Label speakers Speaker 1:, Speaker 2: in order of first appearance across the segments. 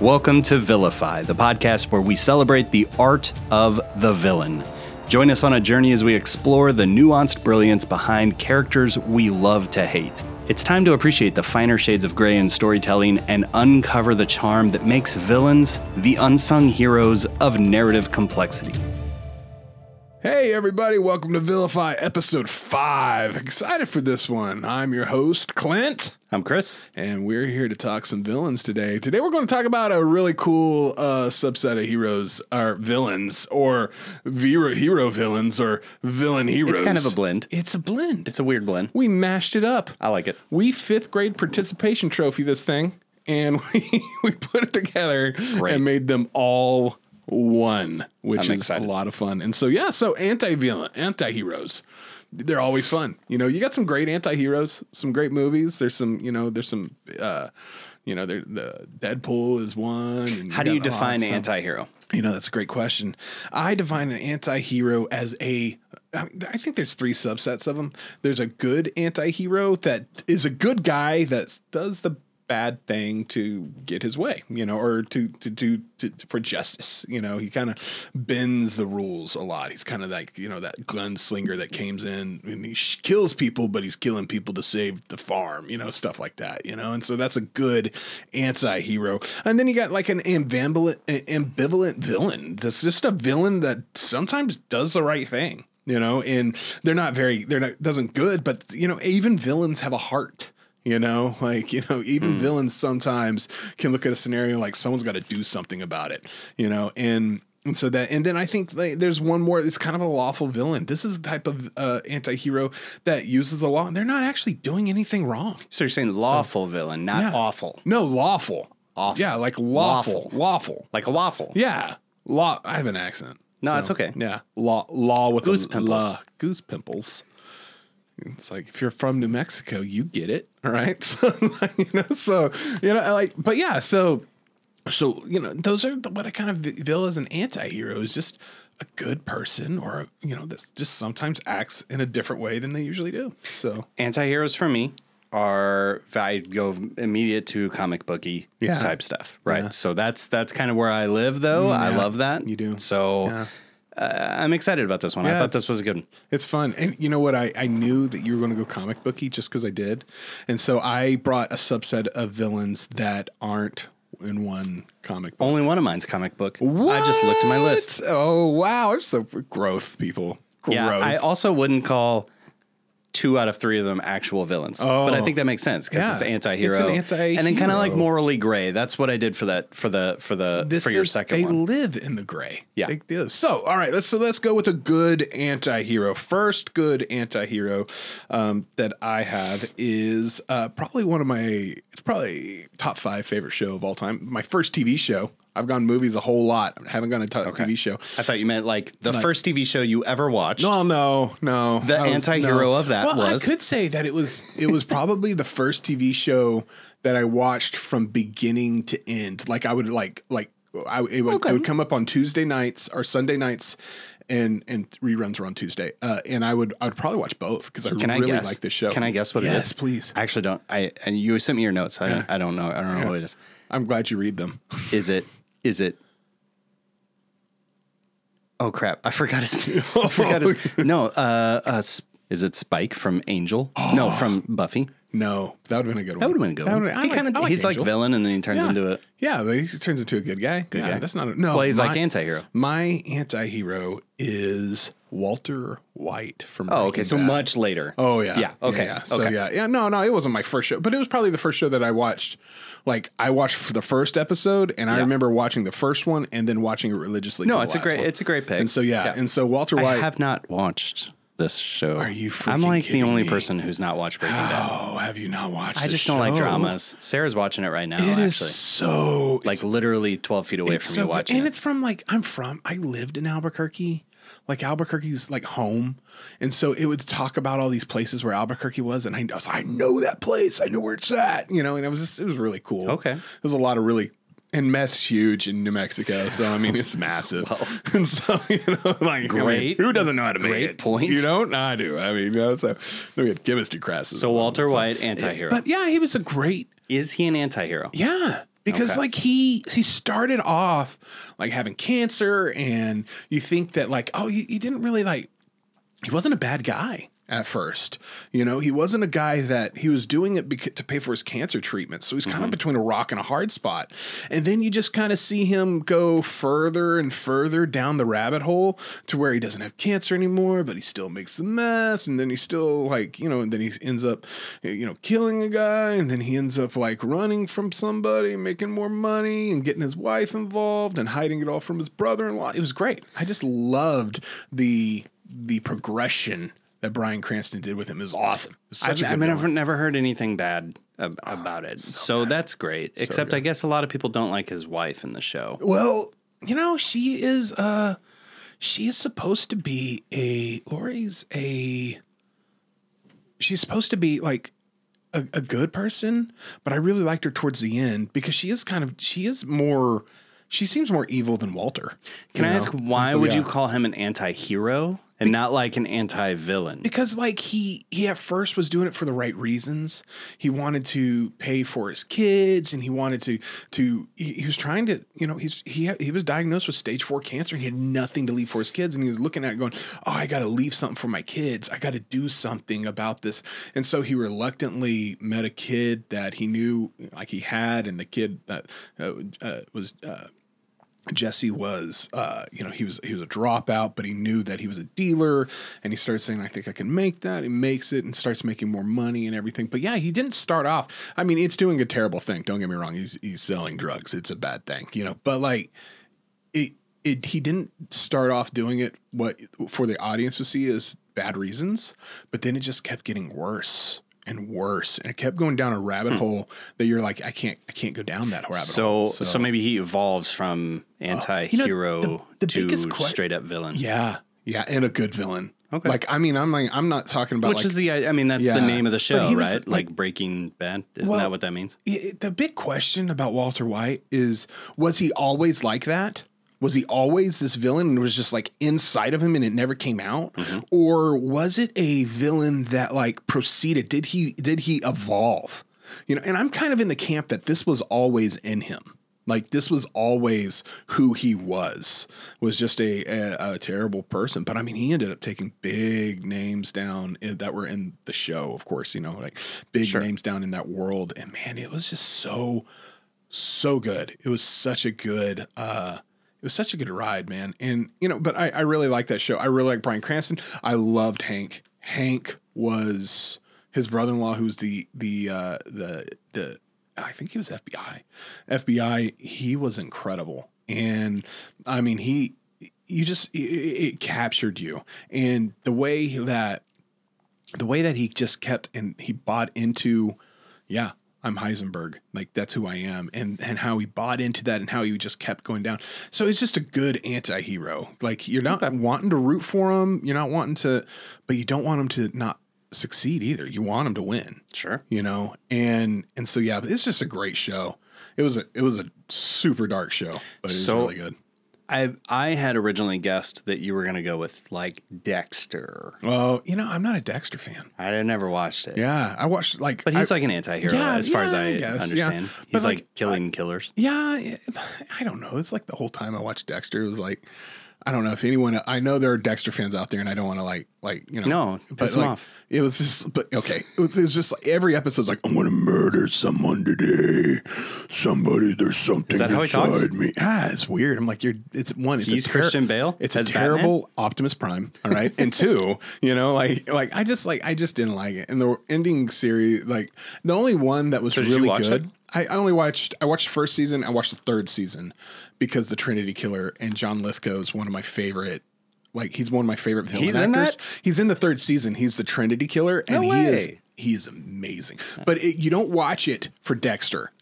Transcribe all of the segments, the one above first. Speaker 1: Welcome to Vilify, the podcast where we celebrate the art of the villain. Join us on a journey as we explore the nuanced brilliance behind characters we love to hate. It's time to appreciate the finer shades of gray in storytelling and uncover the charm that makes villains the unsung heroes of narrative complexity.
Speaker 2: Hey, everybody, welcome to Vilify episode five. Excited for this one. I'm your host, Clint,
Speaker 1: I'm Chris.
Speaker 2: and we're here to talk some villains today. Today, we're going to talk about a really cool uh, subset of heroes, or villains, or vero- hero villains, or villain heroes.
Speaker 1: It's kind of a blend.
Speaker 2: It's a blend.
Speaker 1: It's a weird blend.
Speaker 2: we mashed it up.
Speaker 1: I like it.
Speaker 2: we fifth grade participation trophy this thing, and we, we put it together
Speaker 1: Great.
Speaker 2: and made them all one, which
Speaker 1: I'm
Speaker 2: is
Speaker 1: excited.
Speaker 2: a lot of fun. And so yeah, so anti-villain, anti-heroes. They're always fun. You know, you got some great anti-heroes, some great movies. There's some, you know, there's some uh you know, there the Deadpool is one. and
Speaker 1: How do
Speaker 2: got oh,
Speaker 1: you
Speaker 2: all that
Speaker 1: define
Speaker 2: stuff.
Speaker 1: anti hero?
Speaker 2: You know, that's a great question. I define an anti-hero as a I I think there's three subsets of them. There's a good anti-hero that is a good guy that does the bad thing to get his way, you know, or to to do to, for justice, you know. He kind of bends the rules a lot. He's kind of like, you know, that gunslinger that comes in and he sh- kills people, but he's killing people to save the farm, you know, stuff like that, you know. And so that's a good anti-hero. And then you got like an ambivalent ambivalent villain. That's just a villain that sometimes does the right thing, you know, and they're not very they're not doesn't good, but you know, even villains have a heart. You know, like, you know, even villains sometimes can look at a scenario like someone's got to do something about it, you know, and and so that, and then I think like, there's one more. It's kind of a lawful villain. This is the type of uh, anti-hero that uses the law. and They're not actually doing anything wrong.
Speaker 1: So you're saying lawful villain, not
Speaker 2: Yeah.
Speaker 1: awful.
Speaker 2: No, lawful.
Speaker 1: Awful.
Speaker 2: Yeah, like lawful. Lawful.
Speaker 1: Like a waffle.
Speaker 2: Yeah. Law. I have an accent.
Speaker 1: No, it's okay.
Speaker 2: Yeah. Law. Law with
Speaker 1: Goose
Speaker 2: a,
Speaker 1: pimples.
Speaker 2: la- goose pimples. It's like if you're from New Mexico, you get it. All right. So, you know. So you know. Like. But yeah. So. So you know. Those are the, what I kind of vi- feel as an anti-hero is just a good person or a, you know that just sometimes acts in a different way than they usually do. So
Speaker 1: anti-heroes for me are I go immediate to comic booky
Speaker 2: Yeah.
Speaker 1: type stuff, right?
Speaker 2: Yeah. Mm,
Speaker 1: So that's that's kind of where I live, though. I
Speaker 2: yeah.
Speaker 1: love that
Speaker 2: You do.
Speaker 1: So
Speaker 2: Yeah.
Speaker 1: uh, I'm excited about this one. I
Speaker 2: Yeah.
Speaker 1: thought this was a good one.
Speaker 2: It's fun. And you know what? I, I knew that you were going to go comic booky just because I did. And so I brought a subset of villains that aren't in one comic book.
Speaker 1: Only one of mine's comic book. I just looked at my list.
Speaker 2: Oh, wow. I'm so growth, people. Growth.
Speaker 1: Yeah, I also wouldn't call two out of three of them actual villains, but I
Speaker 2: Oh.
Speaker 1: think that makes sense because
Speaker 2: Yeah.
Speaker 1: it's
Speaker 2: It's an
Speaker 1: anti-hero, and then kind of
Speaker 2: anti-hero.
Speaker 1: like morally gray. That's what I did for that for the for the
Speaker 2: this
Speaker 1: for your
Speaker 2: is-
Speaker 1: second
Speaker 2: they
Speaker 1: one.
Speaker 2: live in the gray.
Speaker 1: Yeah.
Speaker 2: They do. So, all right, let's so let's go with a good anti-hero. First good anti-hero um, that I have is uh, probably one of my it's probably top 5 favorite show of all time. My first TV show. I've gone movies a whole lot. I haven't gone to t- TV show.
Speaker 1: I thought you meant like the first TV show you ever watched.
Speaker 2: Well, Oh, no, no.
Speaker 1: The
Speaker 2: I was-
Speaker 1: anti-hero of that
Speaker 2: well,
Speaker 1: was-
Speaker 2: I could say that it was it was probably the first TV show that I watched from beginning to end. Like I would like like I it would,
Speaker 1: Okay.
Speaker 2: it would come up on Tuesday nights or Sunday nights. And, and reruns were on Tuesday, uh, and I would I would probably watch both because I
Speaker 1: I
Speaker 2: really
Speaker 1: guess?
Speaker 2: like this show.
Speaker 1: Can I guess what it
Speaker 2: yes,
Speaker 1: is?
Speaker 2: please.
Speaker 1: I actually don't. I and you sent me your notes. I don't, I don't know. I don't know what it is.
Speaker 2: I'm glad you read them.
Speaker 1: Is it? Is it? Oh crap! I forgot his name. I forgot his, no. Uh, uh, Sp- is it Spike from Angel? No, from Buffy.
Speaker 2: No, that would have been a good one.
Speaker 1: That would have been a good. One.
Speaker 2: would've- I
Speaker 1: He
Speaker 2: like-
Speaker 1: kind
Speaker 2: I
Speaker 1: of
Speaker 2: like
Speaker 1: he's
Speaker 2: Angel.
Speaker 1: like villain, and then he turns
Speaker 2: Yeah.
Speaker 1: into a.
Speaker 2: Yeah, but he turns into a good guy. Good yeah,
Speaker 1: guy.
Speaker 2: That's not a, no.
Speaker 1: Well, he's like
Speaker 2: my-
Speaker 1: antihero.
Speaker 2: My anti-hero is Walter White from.
Speaker 1: Oh,
Speaker 2: Breaking
Speaker 1: okay. So
Speaker 2: Bad.
Speaker 1: much later.
Speaker 2: Oh yeah.
Speaker 1: Yeah. Okay.
Speaker 2: Yeah. So
Speaker 1: okay.
Speaker 2: yeah. Yeah. No, no, it wasn't my first show, but it was probably the first show that I watched. Like I watched for the first episode, and I
Speaker 1: Yeah.
Speaker 2: remember watching the first one and then watching it religiously.
Speaker 1: No,
Speaker 2: till
Speaker 1: it's a
Speaker 2: the last
Speaker 1: great.
Speaker 2: one.
Speaker 1: It's a great pick.
Speaker 2: and so yeah, and so Walter
Speaker 1: I
Speaker 2: White.
Speaker 1: have not watched this show. Are
Speaker 2: you
Speaker 1: I'm
Speaker 2: freaking
Speaker 1: like the
Speaker 2: kidding
Speaker 1: only
Speaker 2: me?
Speaker 1: person who's not watched Breaking Bad.
Speaker 2: oh, have you not watched?
Speaker 1: I just don't like dramas. Sarah's watching it right now.
Speaker 2: It
Speaker 1: actually.
Speaker 2: is so
Speaker 1: like literally 12 feet away
Speaker 2: It's
Speaker 1: from
Speaker 2: so
Speaker 1: you
Speaker 2: good.
Speaker 1: watching
Speaker 2: And
Speaker 1: it.
Speaker 2: it's from like I'm from I lived in Albuquerque. Like Albuquerque's like home. And so it would talk about all these places where Albuquerque was and I, I was I know that place. I know where it's at. You know, and it was just it was really cool.
Speaker 1: Okay.
Speaker 2: There's a lot of really and meth's huge in New Mexico. So I mean it's massive. and so, you know, like I mean,
Speaker 1: Great-
Speaker 2: who doesn't know how to make
Speaker 1: great
Speaker 2: it?
Speaker 1: point.
Speaker 2: You don't? I do. I mean, you know, so then we had chemistry classes.
Speaker 1: So Walter White, antihero.
Speaker 2: But yeah, he was a great
Speaker 1: is he an antihero?
Speaker 2: yeah. because
Speaker 1: Okay.
Speaker 2: like he he started off like having cancer and you think that like oh he, he didn't really like he wasn't a bad guy at first you know he wasn't a guy that he was doing it bec- to pay for his cancer treatment so he's kind of between a rock and a hard spot and then you just kind of see him go further and further down the rabbit hole to where he doesn't have cancer anymore but he still makes the meth and then he still like you know and then he ends up you know killing a guy and then he ends up like running from somebody and making more money and getting his wife involved and hiding it all from his brother-in-law it was great i just loved the the progression that Brian Cranston did with him is awesome. It's such
Speaker 1: I've,
Speaker 2: a good
Speaker 1: I've
Speaker 2: villain. Ah,
Speaker 1: never, never heard anything bad ab- about it. so that's great. Except I guess a lot of people don't like his wife in the show.
Speaker 2: Well, you know, she is uh she is supposed to be a Lori's a she's supposed to be like a, a good person, but I really liked her towards the end because she is kind of she is more she seems more evil than Walter.
Speaker 1: Can
Speaker 2: you
Speaker 1: I
Speaker 2: know?
Speaker 1: ask why
Speaker 2: so,
Speaker 1: would you
Speaker 2: yeah.
Speaker 1: call him an anti-hero and not like an anti-villain?
Speaker 2: because like he he at first was doing it for the right reasons he wanted to pay for his kids and he wanted to to he, he was trying to you know he's he had, he was diagnosed with stage 4 cancer and he had nothing to leave for his kids and he was looking at it going oh i got to leave something for my kids i got to do something about this and so he reluctantly met a kid that he knew like he had and the kid that uh, uh, was uh, Jesse was, uh, you know, he was he was a dropout, but he knew that he was a dealer, and he started saying, "I think I can make that." He makes it and starts making more money and everything. But yeah, he didn't start off. I mean, it's doing a terrible thing. Don't get me wrong. He's he's selling drugs. It's a bad thing, you know. But like, it it he didn't start off doing it what for the audience to see is bad reasons, but then it just kept getting worse and worse, and it kept going down a rabbit hole that you're like, I can't I can't go down that rabbit
Speaker 1: Hmm. So,
Speaker 2: hole. Oh,
Speaker 1: so maybe he evolves from anti-hero
Speaker 2: the
Speaker 1: to
Speaker 2: biggest que-
Speaker 1: straight up villain.
Speaker 2: Yeah, yeah, and a good villain.
Speaker 1: Okay.
Speaker 2: Like I mean, I'm like I'm not talking about
Speaker 1: Which
Speaker 2: like
Speaker 1: is the I mean that's the
Speaker 2: Yeah.
Speaker 1: name of the
Speaker 2: But
Speaker 1: show,
Speaker 2: he was,
Speaker 1: right? Like,
Speaker 2: like-
Speaker 1: Breaking Bad. Isn't
Speaker 2: Well-
Speaker 1: that what that means?
Speaker 2: i- the big question about Walter White is was he always like that? Was he always this villain and it was just like inside of him and it never came out? Or was it a villain that like proceeded? Did he did he evolve? You know, and I'm kind of in the camp that this was always in him. Like this was always who he was. Was just a, a, a terrible person, but I mean, he ended up taking big names down in, that were in the show, of course. You know, like big
Speaker 1: Sure.
Speaker 2: names down in that world, and man, it was just so so good. It was such a good uh it was such a good ride, man. And you know, but I, I really like that show. I really like Brian Cranston. I loved Hank. Hank was his brother-in-law who was the the uh the the I think he was FBI. FBI, he was incredible. And I mean, he you just it, it captured you. And the way that the way that he just kept and he bought into yeah i'm heisenberg like that's who i am and and how he bought into that and how he just kept going down so it's just a good anti-hero like you're not wanting to root for him you're not wanting to but you don't want him to not succeed either you want him to win
Speaker 1: Sure.
Speaker 2: you know and and so yeah it's just a great show it was a it was a super dark show but it was
Speaker 1: So-
Speaker 2: really good
Speaker 1: I I had originally guessed that you were gonna go with like Dexter.
Speaker 2: well you know i'm not a dexter fan
Speaker 1: I never watched it.
Speaker 2: yeah i watched like
Speaker 1: But he's
Speaker 2: I-
Speaker 1: like an anti-hero
Speaker 2: Yeah,
Speaker 1: as far as
Speaker 2: yeah,
Speaker 1: I,
Speaker 2: I guess, yeah.
Speaker 1: understand.
Speaker 2: But,
Speaker 1: He's like,
Speaker 2: like,
Speaker 1: killing killers.
Speaker 2: Yeah, it- I don't know. It's like the whole time I watched Dexter it was like, I don't know if anyone. I know there are Dexter fans out there, and I don't want to like, like you know,
Speaker 1: No, piss him
Speaker 2: like,
Speaker 1: off.
Speaker 2: It was just, but okay, it was, it was just like every episode's like, I'm gonna murder someone today. Somebody, there's something
Speaker 1: that how he
Speaker 2: inside
Speaker 1: talks?
Speaker 2: me. Ah, it's weird. I'm like, you're. It's one. It's
Speaker 1: He's
Speaker 2: a ter-
Speaker 1: Christian Bale
Speaker 2: It's
Speaker 1: as
Speaker 2: a
Speaker 1: Batman?
Speaker 2: terrible Optimus Prime. All right, and two, you know, like, like I just like I just didn't like it. And the ending series, like the only one that was
Speaker 1: So did you
Speaker 2: really
Speaker 1: watch
Speaker 2: good.
Speaker 1: it?
Speaker 2: I, I only watched I watched the first season. I watched the third season because the Trinity Killer and John Lithgow is one of my favorite. Like he's one of my favorite villain
Speaker 1: He's in
Speaker 2: actors. He's in the third season. He's the Trinity Killer, and
Speaker 1: No
Speaker 2: he is
Speaker 1: way.
Speaker 2: he is amazing. But it, you don't watch it for Dexter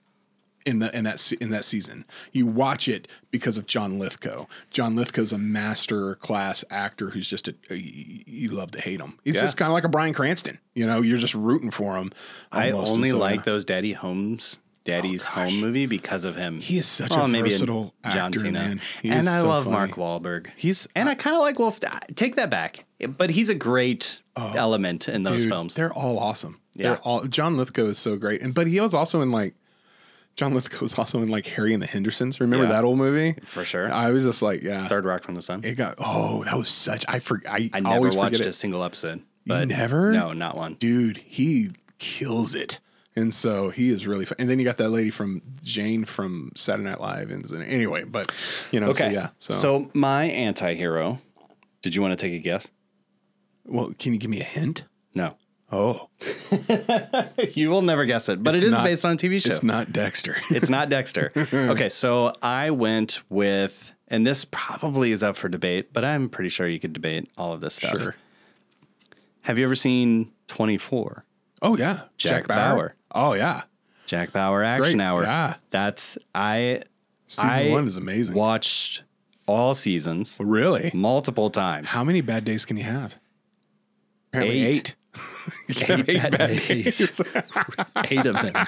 Speaker 2: in the in that se- in that season. You watch it because of John Lithgow. John Lithgow's a master class actor who's just a you- you love to hate him. He's
Speaker 1: Yeah.
Speaker 2: just kind of like a Brian Cranston. You know, you're just rooting for him.
Speaker 1: I
Speaker 2: almost. And
Speaker 1: only
Speaker 2: so,
Speaker 1: like
Speaker 2: yeah.
Speaker 1: those Daddy Holmes, Daddy's Home movie because of him.
Speaker 2: He is such
Speaker 1: Well,
Speaker 2: a
Speaker 1: maybe in
Speaker 2: versatile actor, man. He
Speaker 1: and
Speaker 2: is
Speaker 1: I
Speaker 2: so
Speaker 1: love
Speaker 2: funny.
Speaker 1: Mark Wahlberg.
Speaker 2: He's- uh,
Speaker 1: and I kind of like Wolf. Take that back, but he's a great element in those
Speaker 2: Oh, Dude,
Speaker 1: films.
Speaker 2: They're all awesome.
Speaker 1: Yeah.
Speaker 2: They're all John Lithgow is so great, and but he was also in like John Lithgow's also in like Harry and the Hendersons. Remember
Speaker 1: Yeah.
Speaker 2: that old movie?
Speaker 1: for sure.
Speaker 2: I was just like, yeah.
Speaker 1: Third Rock from the Sun.
Speaker 2: It got oh, that was such I forgot. I,
Speaker 1: I
Speaker 2: always
Speaker 1: never
Speaker 2: forget
Speaker 1: watched
Speaker 2: it.
Speaker 1: a single episode.
Speaker 2: You
Speaker 1: But
Speaker 2: never?
Speaker 1: no, not one.
Speaker 2: dude, he kills it. And so he is really fun. And then you got that lady from Jane from Saturday Night Live. And and anyway, but you know, so
Speaker 1: Okay.
Speaker 2: yeah. So,
Speaker 1: so my anti-hero. Did you want to take a guess?
Speaker 2: well, can you give me a hint?
Speaker 1: No.
Speaker 2: Oh,
Speaker 1: you will never guess it, but
Speaker 2: It's
Speaker 1: it is
Speaker 2: not-
Speaker 1: based on a TV show.
Speaker 2: it's not Dexter.
Speaker 1: It's not Dexter. okay, so I went with, and this probably is up for debate, but I'm pretty sure you could debate all of this stuff.
Speaker 2: sure.
Speaker 1: Have you ever seen 24?
Speaker 2: Oh yeah,
Speaker 1: Jack
Speaker 2: Oh yeah,
Speaker 1: Jack Bauer Action
Speaker 2: Great,
Speaker 1: Hour.
Speaker 2: yeah.
Speaker 1: That's I
Speaker 2: season
Speaker 1: I
Speaker 2: one is amazing.
Speaker 1: watched all seasons
Speaker 2: really?
Speaker 1: Mm. multiple times.
Speaker 2: How many bad days can you have? Apparently
Speaker 1: Eight.
Speaker 2: eight. You can have eight bad days.
Speaker 1: Eight of them.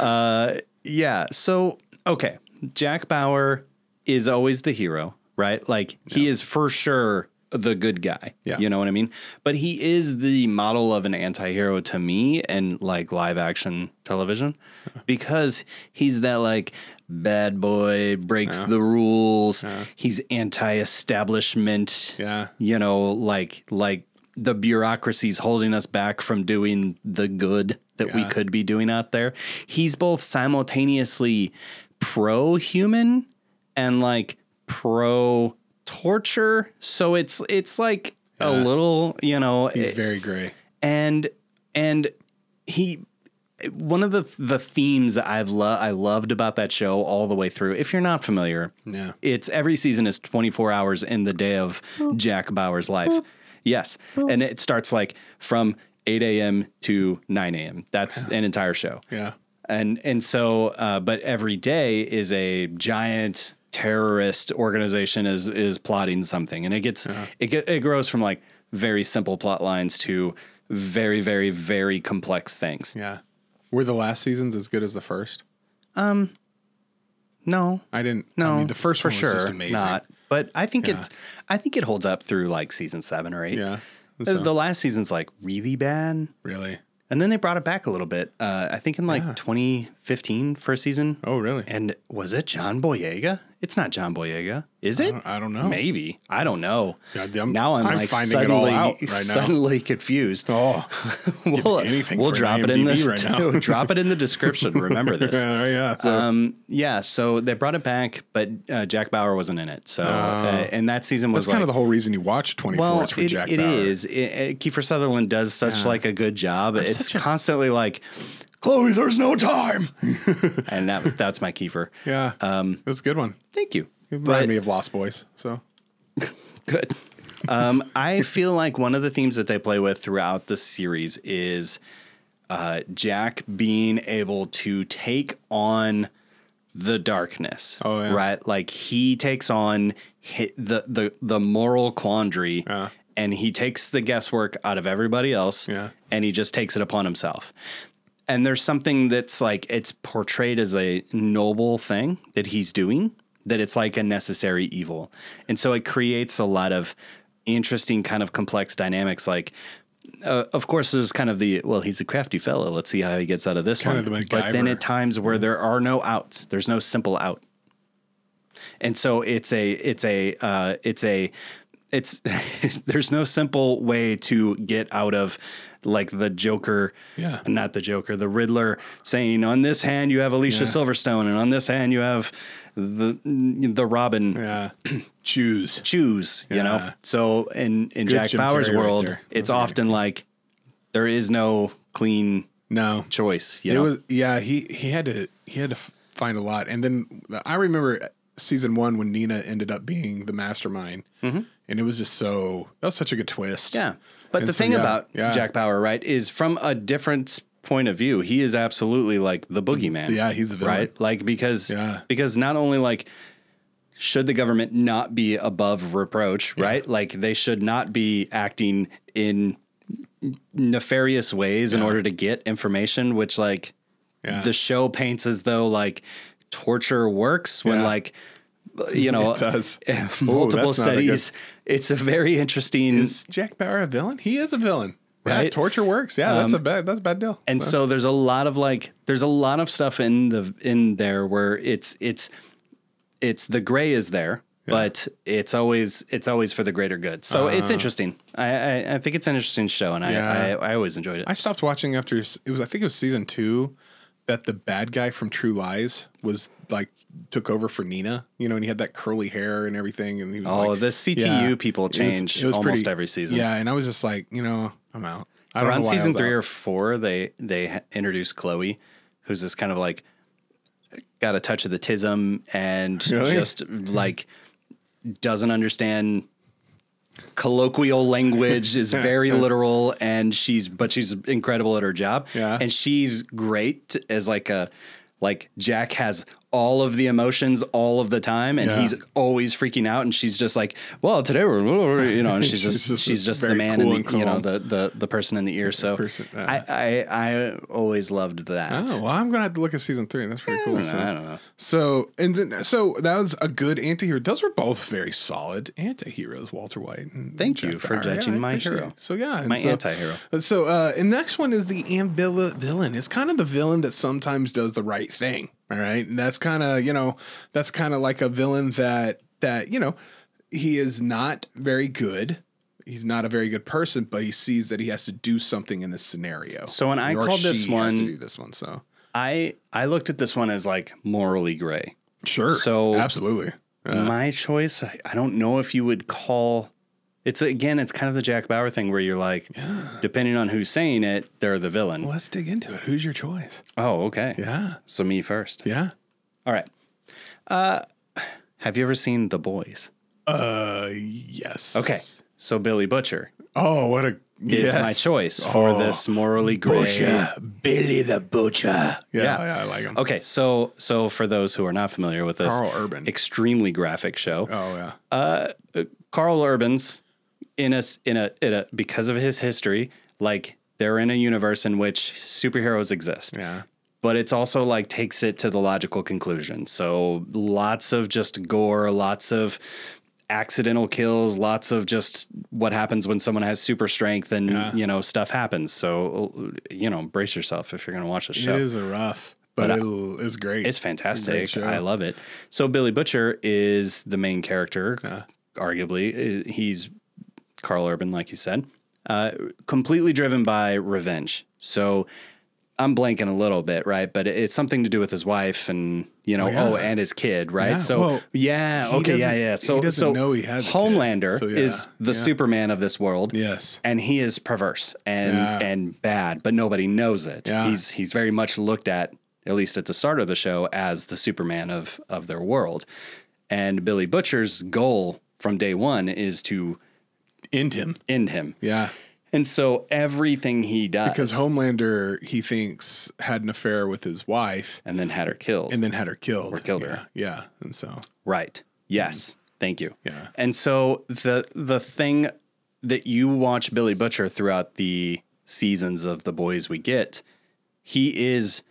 Speaker 1: Uh, yeah. So okay, Jack Bauer is always the hero, right? Like he is for sure the good guy.
Speaker 2: Yeah.
Speaker 1: You know what I mean? But he is the model of an anti-hero to me and like live action television because he's that like bad boy breaks the rules. He's anti-establishment
Speaker 2: yeah.
Speaker 1: you know, like like the bureaucracy's holding us back from doing the good that we
Speaker 2: Yeah.
Speaker 1: could be doing out there. He's both simultaneously pro human and like pro torture. So it's it's like a
Speaker 2: Yeah.
Speaker 1: little, you know,
Speaker 2: He's
Speaker 1: it-
Speaker 2: very gray.
Speaker 1: and and he one of the the themes that I've lo- I loved about that show all the way through. If you're not familiar,
Speaker 2: Yeah.
Speaker 1: it's every season is 24 hours in the day of Jack Bauer's life. Yes. And it starts like from 8 a.m. to 9 a.m. That's an entire show.
Speaker 2: Yeah.
Speaker 1: And and so uh, but every day is a giant terrorist organization is is plotting something and it gets it ge- it grows from like very simple plot lines to very very very complex things.
Speaker 2: Yeah. Were the last seasons as good as the first?
Speaker 1: No.
Speaker 2: I didn't.
Speaker 1: No,
Speaker 2: I mean, the first
Speaker 1: for
Speaker 2: one was
Speaker 1: sure
Speaker 2: just amazing.
Speaker 1: not. But I think it's I think it holds up through like season seven or eight.
Speaker 2: Yeah.
Speaker 1: The-
Speaker 2: So,
Speaker 1: The last season's like really bad,
Speaker 2: really?
Speaker 1: and then they brought it back a little bit. Uh, I think in like 2015 first season.
Speaker 2: Oh, really?
Speaker 1: And was it John Boyega? It's not John Boyega, is it?
Speaker 2: I don't- I don't know.
Speaker 1: Maybe I don't know.
Speaker 2: Yeah, I'm-
Speaker 1: now I'm,
Speaker 2: I'm
Speaker 1: like
Speaker 2: finding it all
Speaker 1: suddenly
Speaker 2: out right now.
Speaker 1: suddenly confused.
Speaker 2: Oh,
Speaker 1: we'll
Speaker 2: anything
Speaker 1: we'll
Speaker 2: for an
Speaker 1: drop it in
Speaker 2: IMDb
Speaker 1: this.
Speaker 2: right now.
Speaker 1: drop it in the description. Remember this.
Speaker 2: yeah, right, yeah. So,
Speaker 1: Um, yeah, so they brought it back, but uh, Jack Bauer wasn't in it. So, uh, and that season was
Speaker 2: Oh. that's kind
Speaker 1: like,
Speaker 2: of the whole reason you watch 24
Speaker 1: well,
Speaker 2: is for
Speaker 1: it-
Speaker 2: Jack
Speaker 1: it
Speaker 2: Bauer.
Speaker 1: is. It- it- Kiefer Sutherland does such like a good job. it's constantly like,
Speaker 2: Chloe, there's no time.
Speaker 1: and that that's my Kiefer.
Speaker 2: yeah. Um, it was a good one.
Speaker 1: Thank you.
Speaker 2: It reminded
Speaker 1: But-
Speaker 2: me of Lost Boys. So,
Speaker 1: good. Um, I feel like one of the themes that they play with throughout the series is uh, Jack being able to take on the darkness.
Speaker 2: Oh, yeah.
Speaker 1: Right? Like he takes on hi the, the, the moral quandary
Speaker 2: Yeah.
Speaker 1: and he takes the guesswork out of everybody else
Speaker 2: Yeah.
Speaker 1: and he just takes it upon himself. And there's something that's like it's portrayed as a noble thing that he's doing, that it's like a necessary evil. And so it creates a lot of interesting kind of complex dynamics like uh, of course there's kind of the well he's a crafty fella let's see how he gets out of this
Speaker 2: kind
Speaker 1: one
Speaker 2: of the
Speaker 1: but then
Speaker 2: MacGyver. Mm-hmm.
Speaker 1: at times where there are no outs there's no simple out and so it's a it's a uh, it's a it's there's no simple way to get out of like the Joker,
Speaker 2: Yeah.
Speaker 1: not the Joker, the Riddler saying on this hand you have Alicia Silverstone and on this hand you have the the Robin
Speaker 2: yeah. Choose.
Speaker 1: choose, you know.
Speaker 2: Yeah.
Speaker 1: So in in Jack
Speaker 2: Jim
Speaker 1: Bauer's
Speaker 2: Carrey right
Speaker 1: world,
Speaker 2: there.
Speaker 1: it's often like there is no clean
Speaker 2: No.
Speaker 1: choice, you
Speaker 2: It
Speaker 1: know.
Speaker 2: was yeah. He he had to he had to f- find a lot, and then I remember season one when Nina ended up being the mastermind, and it was just so that was such a good twist.
Speaker 1: Yeah. But
Speaker 2: And
Speaker 1: the
Speaker 2: so,
Speaker 1: thing
Speaker 2: Mm-hmm. yeah,
Speaker 1: about
Speaker 2: yeah.
Speaker 1: Jack Bauer, right, is from a different s- point of view, he is absolutely like the boogeyman.
Speaker 2: yeah. He's the villain.
Speaker 1: Right? Like because
Speaker 2: Yeah.
Speaker 1: because not only like should the government not be above reproach, right? Like they should not be acting in nefarious ways in order to get information, which like
Speaker 2: Yeah.
Speaker 1: the show paints as though like torture works when
Speaker 2: Yeah.
Speaker 1: like you know
Speaker 2: It does.
Speaker 1: multiple
Speaker 2: that's not a good-
Speaker 1: studies. it's a very interesting
Speaker 2: Is Jack Bauer a villain? He is a villain. Yeah,
Speaker 1: right?
Speaker 2: torture works. Yeah, that's a bad that's a bad deal.
Speaker 1: And so there's a lot of like there's a lot of stuff in the in there where it's it's it's the gray is there, but it's always it's always for the greater good. So it's interesting. I, I I think it's an interesting show, and I,
Speaker 2: Uh-huh. Yeah.
Speaker 1: I I always enjoyed it.
Speaker 2: I stopped watching after s- it was I think it was season two that the bad guy from True Lies was like took over for Nina, you know, and he had that curly hair and everything, and he was
Speaker 1: oh,
Speaker 2: like,
Speaker 1: the CTU
Speaker 2: yeah.
Speaker 1: people
Speaker 2: It was-
Speaker 1: change
Speaker 2: it was
Speaker 1: almost
Speaker 2: pretty-
Speaker 1: every season.
Speaker 2: Yeah, and I was just like, you know, I'm out. I don't
Speaker 1: around
Speaker 2: know why I
Speaker 1: season
Speaker 2: was
Speaker 1: three
Speaker 2: out.
Speaker 1: or four, they they ha- introduced Chloe, who's this kind of like got a touch of the tism and
Speaker 2: Really?
Speaker 1: just like doesn't understand colloquial language is very literal and she's but she's incredible at her job
Speaker 2: Yeah.
Speaker 1: and she's great as like a like jack has all of the emotions all of the time and
Speaker 2: Yeah.
Speaker 1: he's always freaking out and she's just like well today we're you know and she's
Speaker 2: She's
Speaker 1: just she's just,
Speaker 2: just
Speaker 1: the
Speaker 2: very
Speaker 1: man
Speaker 2: cool
Speaker 1: in
Speaker 2: and
Speaker 1: the, you
Speaker 2: calm.
Speaker 1: know the the the person in the ear. So
Speaker 2: person, uh.
Speaker 1: I, I I always loved that.
Speaker 2: Oh, well, I'm gonna have to look at season three. That's pretty
Speaker 1: I,
Speaker 2: cool.
Speaker 1: don't know,
Speaker 2: so.
Speaker 1: I don't know.
Speaker 2: So and then so that was a good anti-hero. Those were both very solid anti-heroes, Walter White. and
Speaker 1: Thank you
Speaker 2: Jack
Speaker 1: for
Speaker 2: Bauer.
Speaker 1: judging
Speaker 2: I
Speaker 1: my
Speaker 2: appreciate
Speaker 1: hero.
Speaker 2: it. So yeah, and
Speaker 1: My
Speaker 2: so,
Speaker 1: anti-hero.
Speaker 2: So uh, and next one is the ambilla villain. It's kind of the villain that sometimes does the right thing. All right, and that's kind of you know that's kind of like a villain that that you know he is not very good. He's not a very good person, but he sees that he has to do something in this scenario.
Speaker 1: So when I
Speaker 2: Or
Speaker 1: called this
Speaker 2: she has to
Speaker 1: one-
Speaker 2: do this one. So
Speaker 1: I I looked at this one as like morally gray.
Speaker 2: sure,
Speaker 1: So-
Speaker 2: absolutely.
Speaker 1: my choice. I, I don't know if you would call. It's again, it's kind of the Jack Bauer thing where you're like, depending on who's saying it, they're the villain.
Speaker 2: Well, let's dig into it. Who's your choice?
Speaker 1: Oh, okay.
Speaker 2: Yeah.
Speaker 1: So me first.
Speaker 2: Yeah.
Speaker 1: All right. Uh, have you ever seen The Boys?
Speaker 2: Uh, yes.
Speaker 1: Okay. So Billy Butcher
Speaker 2: Oh, what a
Speaker 1: is my choice
Speaker 2: Oh,
Speaker 1: for this morally gray.
Speaker 2: Billy the Butcher. Yeah, Oh,
Speaker 1: Yeah.
Speaker 2: yeah, I like him.
Speaker 1: Okay, so so for those who are not familiar with this
Speaker 2: Carl Urban.
Speaker 1: extremely graphic show, uh,
Speaker 2: Oh yeah.
Speaker 1: Carl Urban's in a s- in a in a because of his history, like they're in a universe in which superheroes exist,
Speaker 2: Yeah.
Speaker 1: but it's also like takes it to the logical conclusion. So lots of just gore, lots of accidental kills, lots of just what happens when someone has super strength and you know stuff happens. So you know, brace yourself if you're going to watch this show.
Speaker 2: It is a rough, but, it'll, it's great.
Speaker 1: uh, It's fantastic.
Speaker 2: show.
Speaker 1: I love it. So Billy Butcher is the main character, arguably. Uh, He's Carl Urban, like you said, uh, completely driven by revenge. So I'm blanking a little bit, right? But it- it's something to do with his wife and you know, oh,
Speaker 2: yeah.
Speaker 1: and his kid, right?
Speaker 2: Yeah,
Speaker 1: So
Speaker 2: well,
Speaker 1: yeah,
Speaker 2: he
Speaker 1: okay, yeah,
Speaker 2: doesn't-
Speaker 1: yeah.
Speaker 2: he
Speaker 1: So
Speaker 2: doesn't
Speaker 1: so
Speaker 2: know he has a kid.
Speaker 1: Homelander
Speaker 2: So, yeah,
Speaker 1: is the
Speaker 2: yeah.
Speaker 1: Superman of this world
Speaker 2: yes.
Speaker 1: and he is perverse and
Speaker 2: Yeah.
Speaker 1: and bad, but nobody knows it.
Speaker 2: Yeah.
Speaker 1: He's he's very much looked at, at least at the start of the show, as the Superman of of their world. And Billy Butcher's goal from day one is to
Speaker 2: End him.
Speaker 1: end him.
Speaker 2: Yeah.
Speaker 1: And so everything he does
Speaker 2: Because Homelander, he thinks had an affair with his wife
Speaker 1: and then had her killed.
Speaker 2: and then had her killed. Or
Speaker 1: killed
Speaker 2: yeah.
Speaker 1: her.
Speaker 2: Yeah. And so
Speaker 1: Right. Yes.
Speaker 2: Mm-hmm.
Speaker 1: Thank you.
Speaker 2: Yeah.
Speaker 1: And so the the thing that you watch Billy Butcher throughout the seasons of The Boys We Get, he is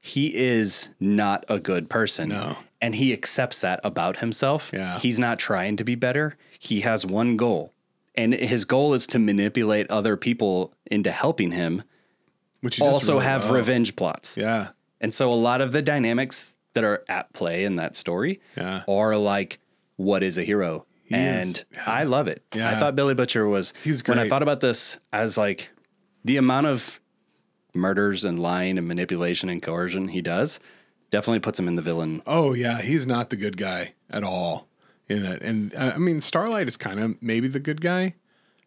Speaker 1: he is not a good person.
Speaker 2: No.
Speaker 1: And he accepts that about himself.
Speaker 2: Yeah.
Speaker 1: He's not trying to be better. He has one goal. And his goal is to manipulate other people into helping him
Speaker 2: which he does
Speaker 1: also
Speaker 2: really
Speaker 1: have
Speaker 2: well.
Speaker 1: revenge plots.
Speaker 2: Yeah.
Speaker 1: And so a lot of the dynamics that are at play in that story
Speaker 2: Yeah.
Speaker 1: are like, what is a hero?
Speaker 2: is.
Speaker 1: and I love it. I
Speaker 2: Yeah.
Speaker 1: thought Billy Butcher was,
Speaker 2: He's
Speaker 1: when I
Speaker 2: great.
Speaker 1: thought about this, I was like, the amount of murders and lying and manipulation and coercion he does definitely puts him in the villain.
Speaker 2: Oh yeah, he's not the good guy at all in that. And uh, I mean, Starlight is kind of maybe the good guy,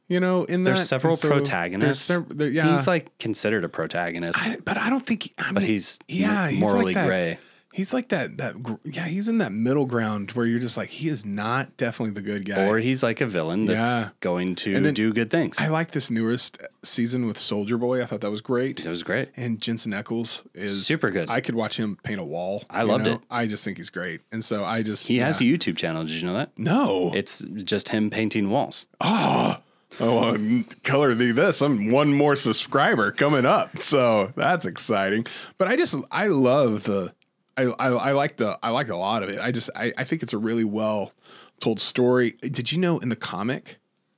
Speaker 2: you know. In that
Speaker 1: There's several
Speaker 2: And so
Speaker 1: protagonists.
Speaker 2: sev- there- yeah,
Speaker 1: He's like considered a protagonist,
Speaker 2: I- but I don't think. I
Speaker 1: but
Speaker 2: mean,
Speaker 1: he's
Speaker 2: yeah,
Speaker 1: m-
Speaker 2: he's like
Speaker 1: morally
Speaker 2: that-
Speaker 1: gray.
Speaker 2: He's like that. That gr- yeah, he's in that middle ground where you're just like, he is not definitely the good guy.
Speaker 1: Or he's like a villain that's
Speaker 2: Yeah.
Speaker 1: going to
Speaker 2: And then-
Speaker 1: do good things.
Speaker 2: I like this newest uh, season with Soldier Boy. I thought that was great.
Speaker 1: it was great.
Speaker 2: And Jensen Eccles is
Speaker 1: Super good.
Speaker 2: I could watch him paint a wall.
Speaker 1: I
Speaker 2: you
Speaker 1: loved
Speaker 2: know?
Speaker 1: it.
Speaker 2: I just think he's great. And so I just
Speaker 1: He has a
Speaker 2: yeah.
Speaker 1: YouTube channel. Did you know that?
Speaker 2: no.
Speaker 1: It's just him painting walls.
Speaker 2: Oh, oh well, n- color thee this. I'm one more subscriber coming up. So that's exciting. But I just I love the I, I, I like the I like a lot of it. I just I, I think it's a really well told story. Did you know in the comic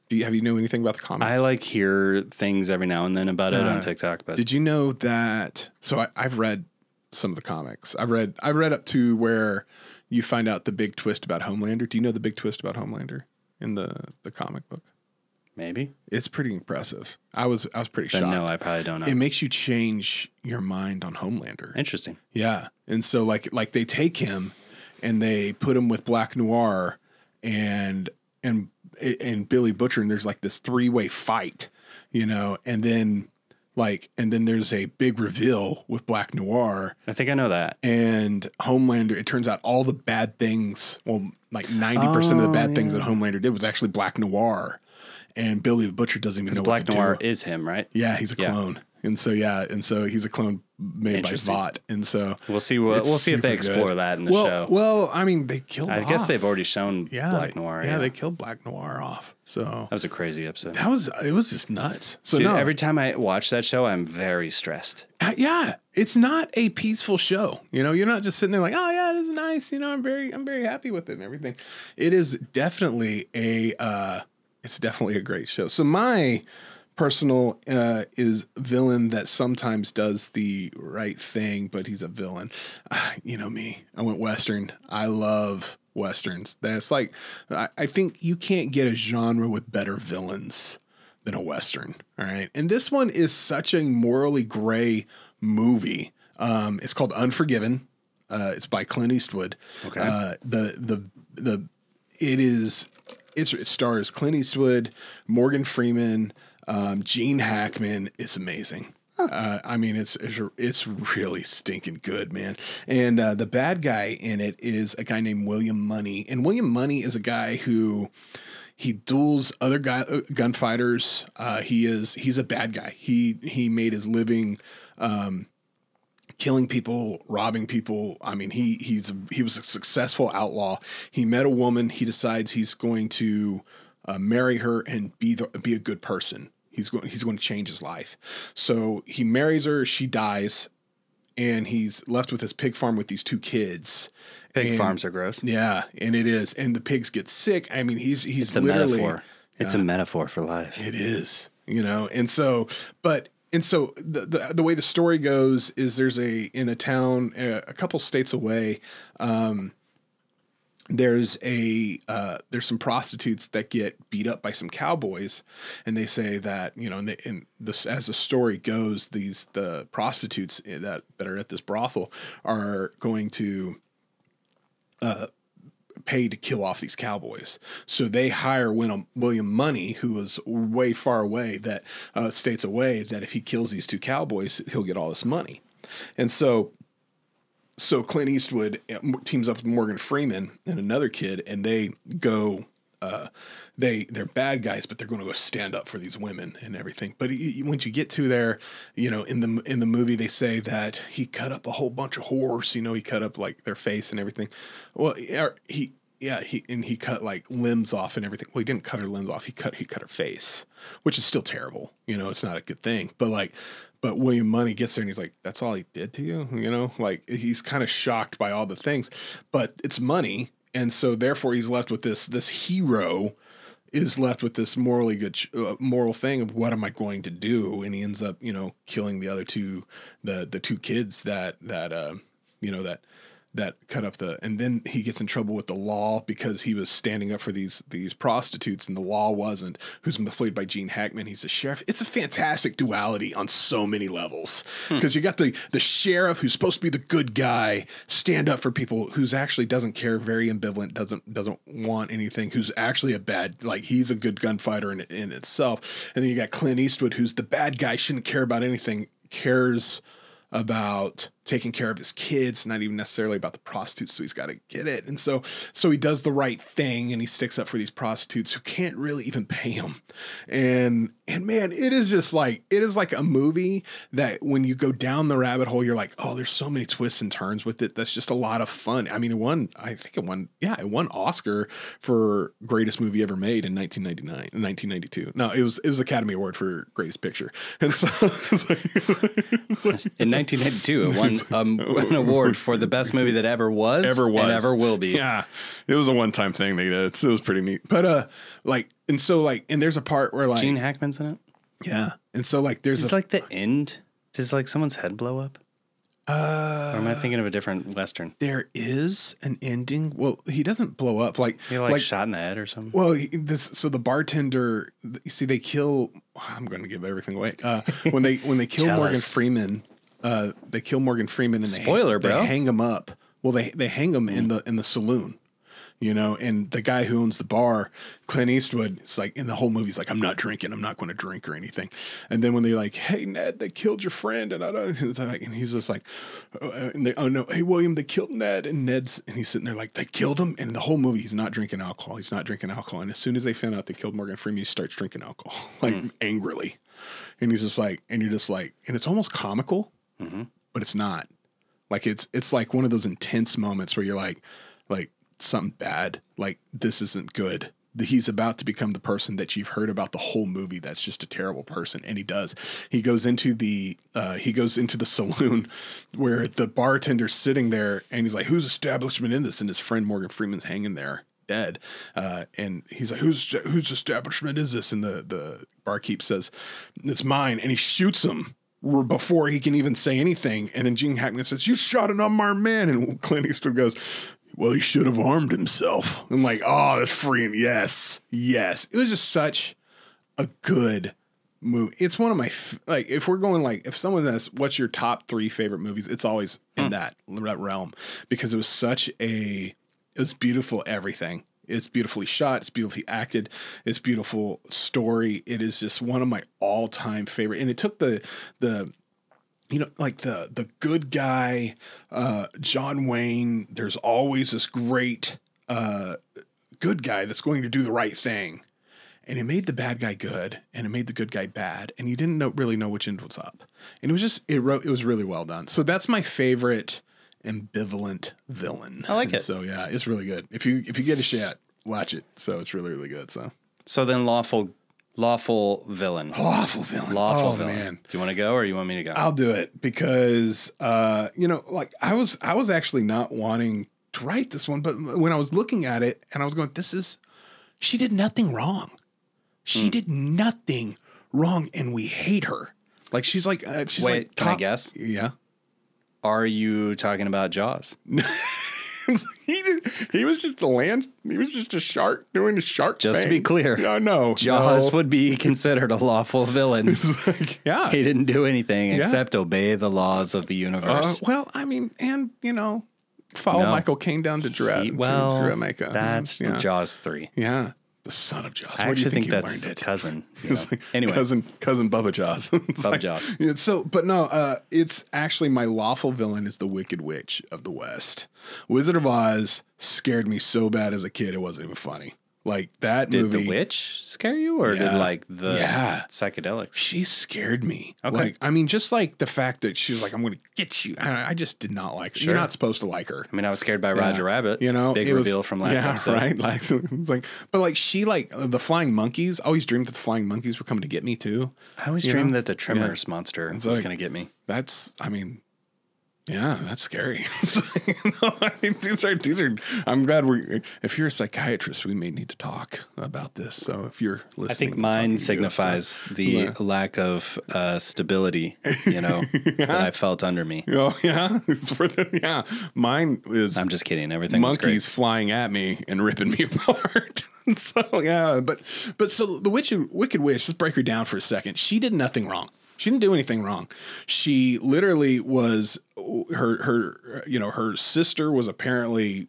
Speaker 2: Do you have you know anything about the comics?
Speaker 1: I like hear things every now and then about it on
Speaker 2: Uh,
Speaker 1: TikTok, but
Speaker 2: Did you know that? So I, I've read some of the comics. I read I read up to where you find out the big twist about Homelander. Do you know the big twist about Homelander in the the comic book?
Speaker 1: maybe.
Speaker 2: It's pretty impressive. I was I was pretty
Speaker 1: Then
Speaker 2: shocked.
Speaker 1: no, I probably don't know.
Speaker 2: It makes you change your mind on Homelander.
Speaker 1: Interesting.
Speaker 2: Yeah. And so like like they take him and they put him with Black Noir and and and Billy Butcher and there's like this three-way fight, you know, and then like and then there's a big reveal with Black Noir
Speaker 1: I think I know that.
Speaker 2: and Homelander. It turns out all the bad things, well, like 90% of the
Speaker 1: Oh,
Speaker 2: bad things
Speaker 1: yeah.
Speaker 2: that Homelander did was actually Black Noir. And Billy the Butcher doesn't even
Speaker 1: Because
Speaker 2: know
Speaker 1: Black
Speaker 2: what to
Speaker 1: Noir
Speaker 2: do.
Speaker 1: is him, right?
Speaker 2: Yeah, he's a
Speaker 1: Yeah.
Speaker 2: clone. And so yeah, and so he's a clone made by
Speaker 1: Interesting.
Speaker 2: Vought. And so
Speaker 1: We'll see. What,
Speaker 2: It's
Speaker 1: we'll see if they
Speaker 2: super good.
Speaker 1: explore that in the
Speaker 2: well,
Speaker 1: show.
Speaker 2: well, I mean, they killed.
Speaker 1: I guess
Speaker 2: off.
Speaker 1: they've already shown
Speaker 2: yeah,
Speaker 1: Black
Speaker 2: they-
Speaker 1: Noir.
Speaker 2: Yeah,
Speaker 1: Yeah,
Speaker 2: they killed Black Noir off. So
Speaker 1: that was a crazy episode.
Speaker 2: that was it. Was just nuts. So
Speaker 1: Dude,
Speaker 2: no,
Speaker 1: every time I watch that show, I'm very stressed.
Speaker 2: uh, yeah, it's not a peaceful show. You know, you're not just sitting there like, oh yeah, this is nice. You know, I'm very, I'm very happy with it and everything. It is definitely a, uh, it's definitely a great show. So my personal uh, is villain that sometimes does the right thing, but he's a villain. Ah, you know me. I went western. I love westerns. That's like, I, I think you can't get a genre with better villains than a western. All right, and this one is such a morally gray movie. Um, it's called Unforgiven. Uh, it's by Clint Eastwood.
Speaker 1: Okay.
Speaker 2: Uh, the the the it is it's, it stars Clint Eastwood, Morgan Freeman, um, Gene Hackman. It's amazing. Uh, I mean, it's it's it's really stinking good, man. And uh, the bad guy in it is a guy named William Money, and William Money is a guy who he duels other guy, uh, gunfighters. Uh, he is he's a bad guy. He he made his living um, killing people, robbing people. I mean, he he's he was a successful outlaw. He met a woman. He decides he's going to uh, marry her and be the, be a good person. He's going he's going to change his life. So he marries her. She dies, and he's left with his pig farm with these two kids.
Speaker 1: Pig
Speaker 2: And-
Speaker 1: farms are gross.
Speaker 2: Yeah, and it is, and the pigs get sick. I mean, he's he's
Speaker 1: It's a
Speaker 2: literally
Speaker 1: metaphor. It's a metaphor for life.
Speaker 2: it is, you know, and so, but and so the, the the way the story goes is there's a in a town uh, a couple states away, um, there's a uh, there's some prostitutes that get beat up by some cowboys, and they say that you know, and, they, and this as the story goes, these the prostitutes that that are at this brothel are going to pay to kill off these cowboys. So they hire Win- William Money, who was way far away, that uh, states away, that if he kills these two cowboys, he'll get all this money. And so, so Clint Eastwood uh, teams up with Morgan Freeman and another kid, and they go. Uh, they they're bad guys, but they're going to go stand up for these women and everything. But you, you- once you get to there, you know, in the in the movie, they say that he cut up a whole bunch of whores. You know, he cut up like their face and everything. Well, er, he yeah he and he cut like limbs off and everything. Well, he didn't cut her limbs off. He cut he cut her face, which is still terrible. You know, it's not a good thing. But like, but William Money gets there and he's like, "That's all he did to you," you know. Like he's kind of shocked by all the things, but it's money, and so therefore he's left with this this hero is left with this morally good ch- uh, moral thing of what am I going to do? And he ends up, you know, killing the other two, the the two kids that that uh, you know that that cut up the and then he gets in trouble with the law because he was standing up for these these prostitutes and the law wasn't who's played by gene hackman he's a sheriff it's a fantastic duality on so many levels because you got the the sheriff who's supposed to be the good guy stand up for people who's actually doesn't care very ambivalent doesn't doesn't want anything who's actually a bad like he's a good gunfighter in, in itself and then you got clint eastwood who's the bad guy shouldn't care about anything cares about taking care of his kids, not even necessarily about the prostitutes. So he's got to get it. And so, so he does the right thing and he sticks up for these prostitutes who can't really even pay him. And, and man, it is just like, it is like a movie that when you go down the rabbit hole, you're like, oh, there's so many twists and turns with it. That's just a lot of fun. I mean, it won, I think it won, yeah, it won Oscar for greatest movie ever made in 1999, 1992. No, it was, it was Academy Award for greatest picture. And so, it's like-
Speaker 1: In 1992, it won wins um, an award for the best movie that ever was,
Speaker 2: ever was
Speaker 1: and ever will be.
Speaker 2: Yeah, it was a one time thing they did. It was pretty neat. But uh, like, and so like, and there's a part where like,
Speaker 1: Gene Hackman's in it.
Speaker 2: yeah, and so like, there's
Speaker 1: It's
Speaker 2: a,
Speaker 1: like the end. Does like someone's head blow up?
Speaker 2: uh,
Speaker 1: Or am I thinking of a different western?
Speaker 2: there is an ending. Well, he doesn't blow up. Like,
Speaker 1: He like, shot in the head or something.
Speaker 2: Well, he- this so the bartender. You see, they kill. I'm going to give everything away. Uh, when they when they kill
Speaker 1: Tell
Speaker 2: Morgan
Speaker 1: us.
Speaker 2: Freeman, uh, they kill Morgan Freeman and they
Speaker 1: Spoiler,
Speaker 2: they
Speaker 1: bro.
Speaker 2: hang him up. Well, they they hang him in the in the saloon, you know. And the guy who owns the bar, Clint Eastwood, it's like in the whole movie's like, I'm not drinking. I'm not going to drink or anything. And then when they're like, Hey Ned, they killed your friend, and I don't. It's like, and he's just like, oh, uh, and they, oh no, hey William, they killed Ned, and Ned's, and he's sitting there like, they killed him. And the whole movie, he's not drinking alcohol. He's not drinking alcohol. And as soon as they found out they killed Morgan Freeman, he starts drinking alcohol like
Speaker 1: Hmm.
Speaker 2: angrily. And he's just like, and you're just like, and it's almost comical but it's not. Like it's it's like one of those intense moments where you're like, like something bad, like this isn't good. The- He's about to become the person that you've heard about the whole movie. That's just a terrible person, and he does. He goes into the uh, he goes into the saloon where the bartender's sitting there, and he's like, "Whose establishment in this?" And his friend Morgan Freeman's hanging there dead, uh, and he's like, "Whose whose establishment is this?" And the the barkeep says, "It's mine," and he shoots him r- before he can even say anything. And then Gene Hackman says, You shot an unarmed man. And Clint Eastwood goes, Well, he should have armed himself. I'm like, Oh, that's freeing. Yes. Yes. It was just such a good movie. It's one of my, f- like, if we're going, like, if someone asks, What's your top three favorite movies? It's always in that, that realm because it was such a, it was beautiful everything. It's beautifully shot. It's beautifully acted. It's beautiful story. It is just one of my all time favorite. And it took the the you know like the the good guy uh, John Wayne. There's always this great uh, good guy that's going to do the right thing, and it made the bad guy good, and it made the good guy bad, and you didn't know, really know which end was up. And it was just it wrote it was really well done. So that's my favorite ambivalent villain.
Speaker 1: I like
Speaker 2: And
Speaker 1: it.
Speaker 2: So yeah, it's really good. If you if you get a shot, watch it. So it's really really good. So
Speaker 1: So then lawful lawful villain.
Speaker 2: lawful villain.
Speaker 1: Lawful
Speaker 2: oh,
Speaker 1: villain.
Speaker 2: man. Oh,
Speaker 1: Do you want to go or you want me to go?
Speaker 2: I'll do it because uh, you know, like I was I was actually not wanting to write this one, but when I was looking at it and I was going, This is she did nothing wrong.
Speaker 1: Hmm.
Speaker 2: She did nothing wrong and we hate her. Like she's like uh, she's
Speaker 1: Wait,
Speaker 2: like
Speaker 1: can I
Speaker 2: top-
Speaker 1: guess?
Speaker 2: Yeah.
Speaker 1: Are you talking about Jaws?
Speaker 2: he did, he was just a land he was just a shark doing a shark
Speaker 1: Just to be
Speaker 2: things.
Speaker 1: clear,
Speaker 2: No, no.
Speaker 1: Jaws
Speaker 2: no.
Speaker 1: would be considered a lawful villain.
Speaker 2: yeah.
Speaker 1: he didn't do anything
Speaker 2: Yeah.
Speaker 1: except obey the laws of the
Speaker 2: Uh,
Speaker 1: universe.
Speaker 2: well, I mean, and you know, follow
Speaker 1: No.
Speaker 2: Michael Caine down to Dra-
Speaker 1: He-
Speaker 2: to
Speaker 1: well,
Speaker 2: Jamaica.
Speaker 1: that's
Speaker 2: Mm-hmm. yeah.
Speaker 1: Jaws three.
Speaker 2: Yeah, the son of Jaws.
Speaker 1: I
Speaker 2: Where do
Speaker 1: actually
Speaker 2: you think,
Speaker 1: think,
Speaker 2: he
Speaker 1: that's
Speaker 2: learned
Speaker 1: his
Speaker 2: it?
Speaker 1: cousin. you know.
Speaker 2: It's like
Speaker 1: anyway,
Speaker 2: cousin cousin Bubba Jaws. It's
Speaker 1: Bubba
Speaker 2: like-
Speaker 1: Jaws.
Speaker 2: yeah, so, but no, uh, it's actually my lawful villain is the Wicked Witch of the West. Wizard of Oz scared me so bad as a kid, it wasn't even funny. Like that
Speaker 1: did
Speaker 2: movie.
Speaker 1: the witch scare you, or did
Speaker 2: Yeah.
Speaker 1: like the
Speaker 2: Yeah.
Speaker 1: psychedelics?
Speaker 2: she scared me.
Speaker 1: Okay.
Speaker 2: Like, I mean, just like the fact that she was like, "I'm going to get you." I, I just did not like her.
Speaker 1: Sure.
Speaker 2: You're not supposed to like her.
Speaker 1: I mean, I was scared by Roger Rabbit.
Speaker 2: You know,
Speaker 1: big
Speaker 2: it was-
Speaker 1: reveal from last
Speaker 2: yeah,
Speaker 1: episode.
Speaker 2: right? Like, it's like, but like she like uh, the flying monkeys. I always dreamed that the flying monkeys were coming to get me too.
Speaker 1: I always
Speaker 2: You
Speaker 1: dreamed
Speaker 2: know?
Speaker 1: that the Tremors monster was
Speaker 2: like-
Speaker 1: going to get me.
Speaker 2: That's, I mean, yeah, that's scary. It's like, you know, I mean, these are these are. I'm glad we're. If you're a psychiatrist, we may need to talk about this. So if you're listening,
Speaker 1: I think
Speaker 2: we'll
Speaker 1: mine
Speaker 2: talk to you,
Speaker 1: signifies the
Speaker 2: Yeah.
Speaker 1: lack of uh, stability, you know, that I felt under me.
Speaker 2: so- Oh yeah, it's for the yeah. Mine is
Speaker 1: I'm just kidding. Everything was great.
Speaker 2: monkeys flying at me and ripping me apart. so yeah, but but so the witch, wicked witch. Let's break her down for a second. She did nothing wrong. She didn't do anything wrong. She literally was her her you know her sister was apparently.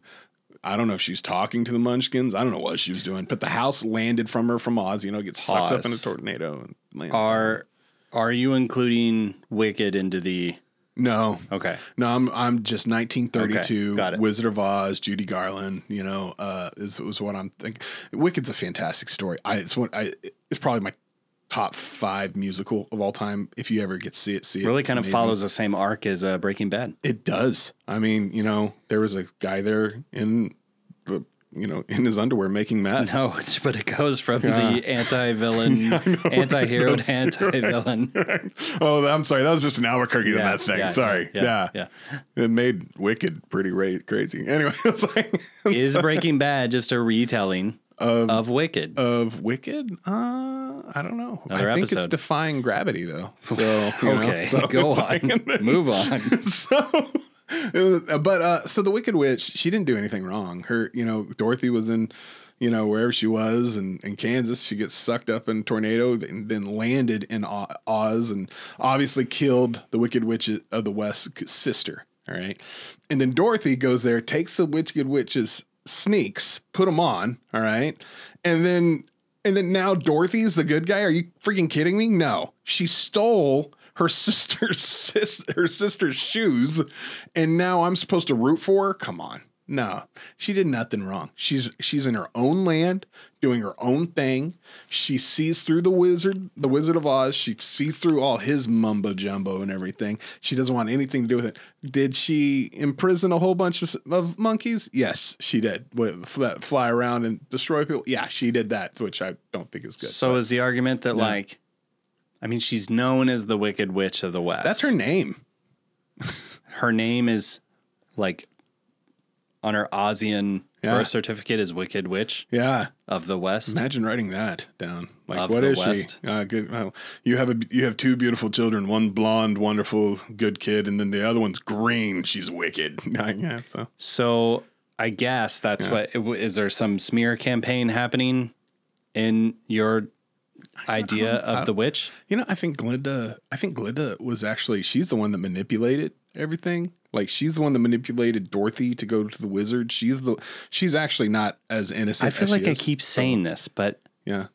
Speaker 2: I don't know if she's talking to the Munchkins. I don't know what she was doing, but the house landed from her from Oz. You know, gets sucked up in a
Speaker 1: Pause.
Speaker 2: tornado and lands.
Speaker 1: Are are you including Wicked into the
Speaker 2: no,
Speaker 1: okay?
Speaker 2: No, I'm I'm just 1932
Speaker 1: Okay, got it.
Speaker 2: Wizard of Oz, Judy Garland. You know, uh, is was what I'm thinking. Wicked's a fantastic story. I it's one I it's probably my top five musical of all time. If you ever get to see it, see it.
Speaker 1: Really,
Speaker 2: It's
Speaker 1: kind
Speaker 2: amazing.
Speaker 1: of follows the same arc as uh, Breaking Bad.
Speaker 2: It does. I mean, you know, there was a guy there in the you know, in his underwear making meth.
Speaker 1: No, it's- but it goes from
Speaker 2: Yeah.
Speaker 1: the anti-villain, anti-hero to anti-villain.
Speaker 2: Oh, I'm sorry. That was just an Albuquerque
Speaker 1: Yeah,
Speaker 2: that thing.
Speaker 1: yeah,
Speaker 2: sorry.
Speaker 1: yeah,
Speaker 2: Yeah,
Speaker 1: yeah,
Speaker 2: It made Wicked pretty ra- crazy. Anyway, it's like
Speaker 1: Is Breaking Bad just a retelling of Wicked?
Speaker 2: of Wicked? Uh, I don't know.
Speaker 1: Another
Speaker 2: I think it's
Speaker 1: episode.
Speaker 2: defying gravity though. So you know,
Speaker 1: okay,
Speaker 2: so
Speaker 1: go
Speaker 2: it's
Speaker 1: on,
Speaker 2: like-
Speaker 1: move on.
Speaker 2: so but uh so the wicked witch she didn't do anything wrong her you know dorothy was in you know wherever she was in, in kansas she gets sucked up in a tornado and then landed in O- oz and obviously killed the wicked witch of the west sister all right and then dorothy goes there takes the wicked witch's sneaks put them on all right and then and then now Dorothy's the good guy? Are you freaking kidding me? No. She stole her sister's sis, her sister's shoes and now I'm supposed to root for her? Come on. No. She did nothing wrong. She's she's in her own land doing her own thing. She sees through the wizard, the Wizard of Oz. She sees through all his mumbo jumbo and everything. She doesn't want anything to do with it. Did she imprison a whole bunch of, of monkeys? Yes, she did. With- fly- Fly around and destroy people? Yeah, she did that, which I don't think is good.
Speaker 1: So is the argument that like, I mean, she's known as the Wicked Witch of the West.
Speaker 2: That's her name.
Speaker 1: Her name is like on her Ozian
Speaker 2: Yeah.
Speaker 1: birth certificate is Wicked Witch
Speaker 2: Yeah.
Speaker 1: of the West.
Speaker 2: Imagine writing that down. Like,
Speaker 1: Of
Speaker 2: what
Speaker 1: the
Speaker 2: is
Speaker 1: West.
Speaker 2: she? Uh, good. well, you have a you have two beautiful children. One blonde, wonderful, good kid, and then the other one's green. She's wicked. yeah. So
Speaker 1: So I guess that's what is there some smear campaign happening in your idea of the witch?
Speaker 2: You know, I think Glinda. I think Glinda was actually she's the one that manipulated everything. Like she's the one that manipulated Dorothy to go to the wizard. She's the she's actually not as
Speaker 1: I
Speaker 2: innocent.
Speaker 1: feel
Speaker 2: as
Speaker 1: like
Speaker 2: she
Speaker 1: I
Speaker 2: is.
Speaker 1: keep saying this, but
Speaker 2: yeah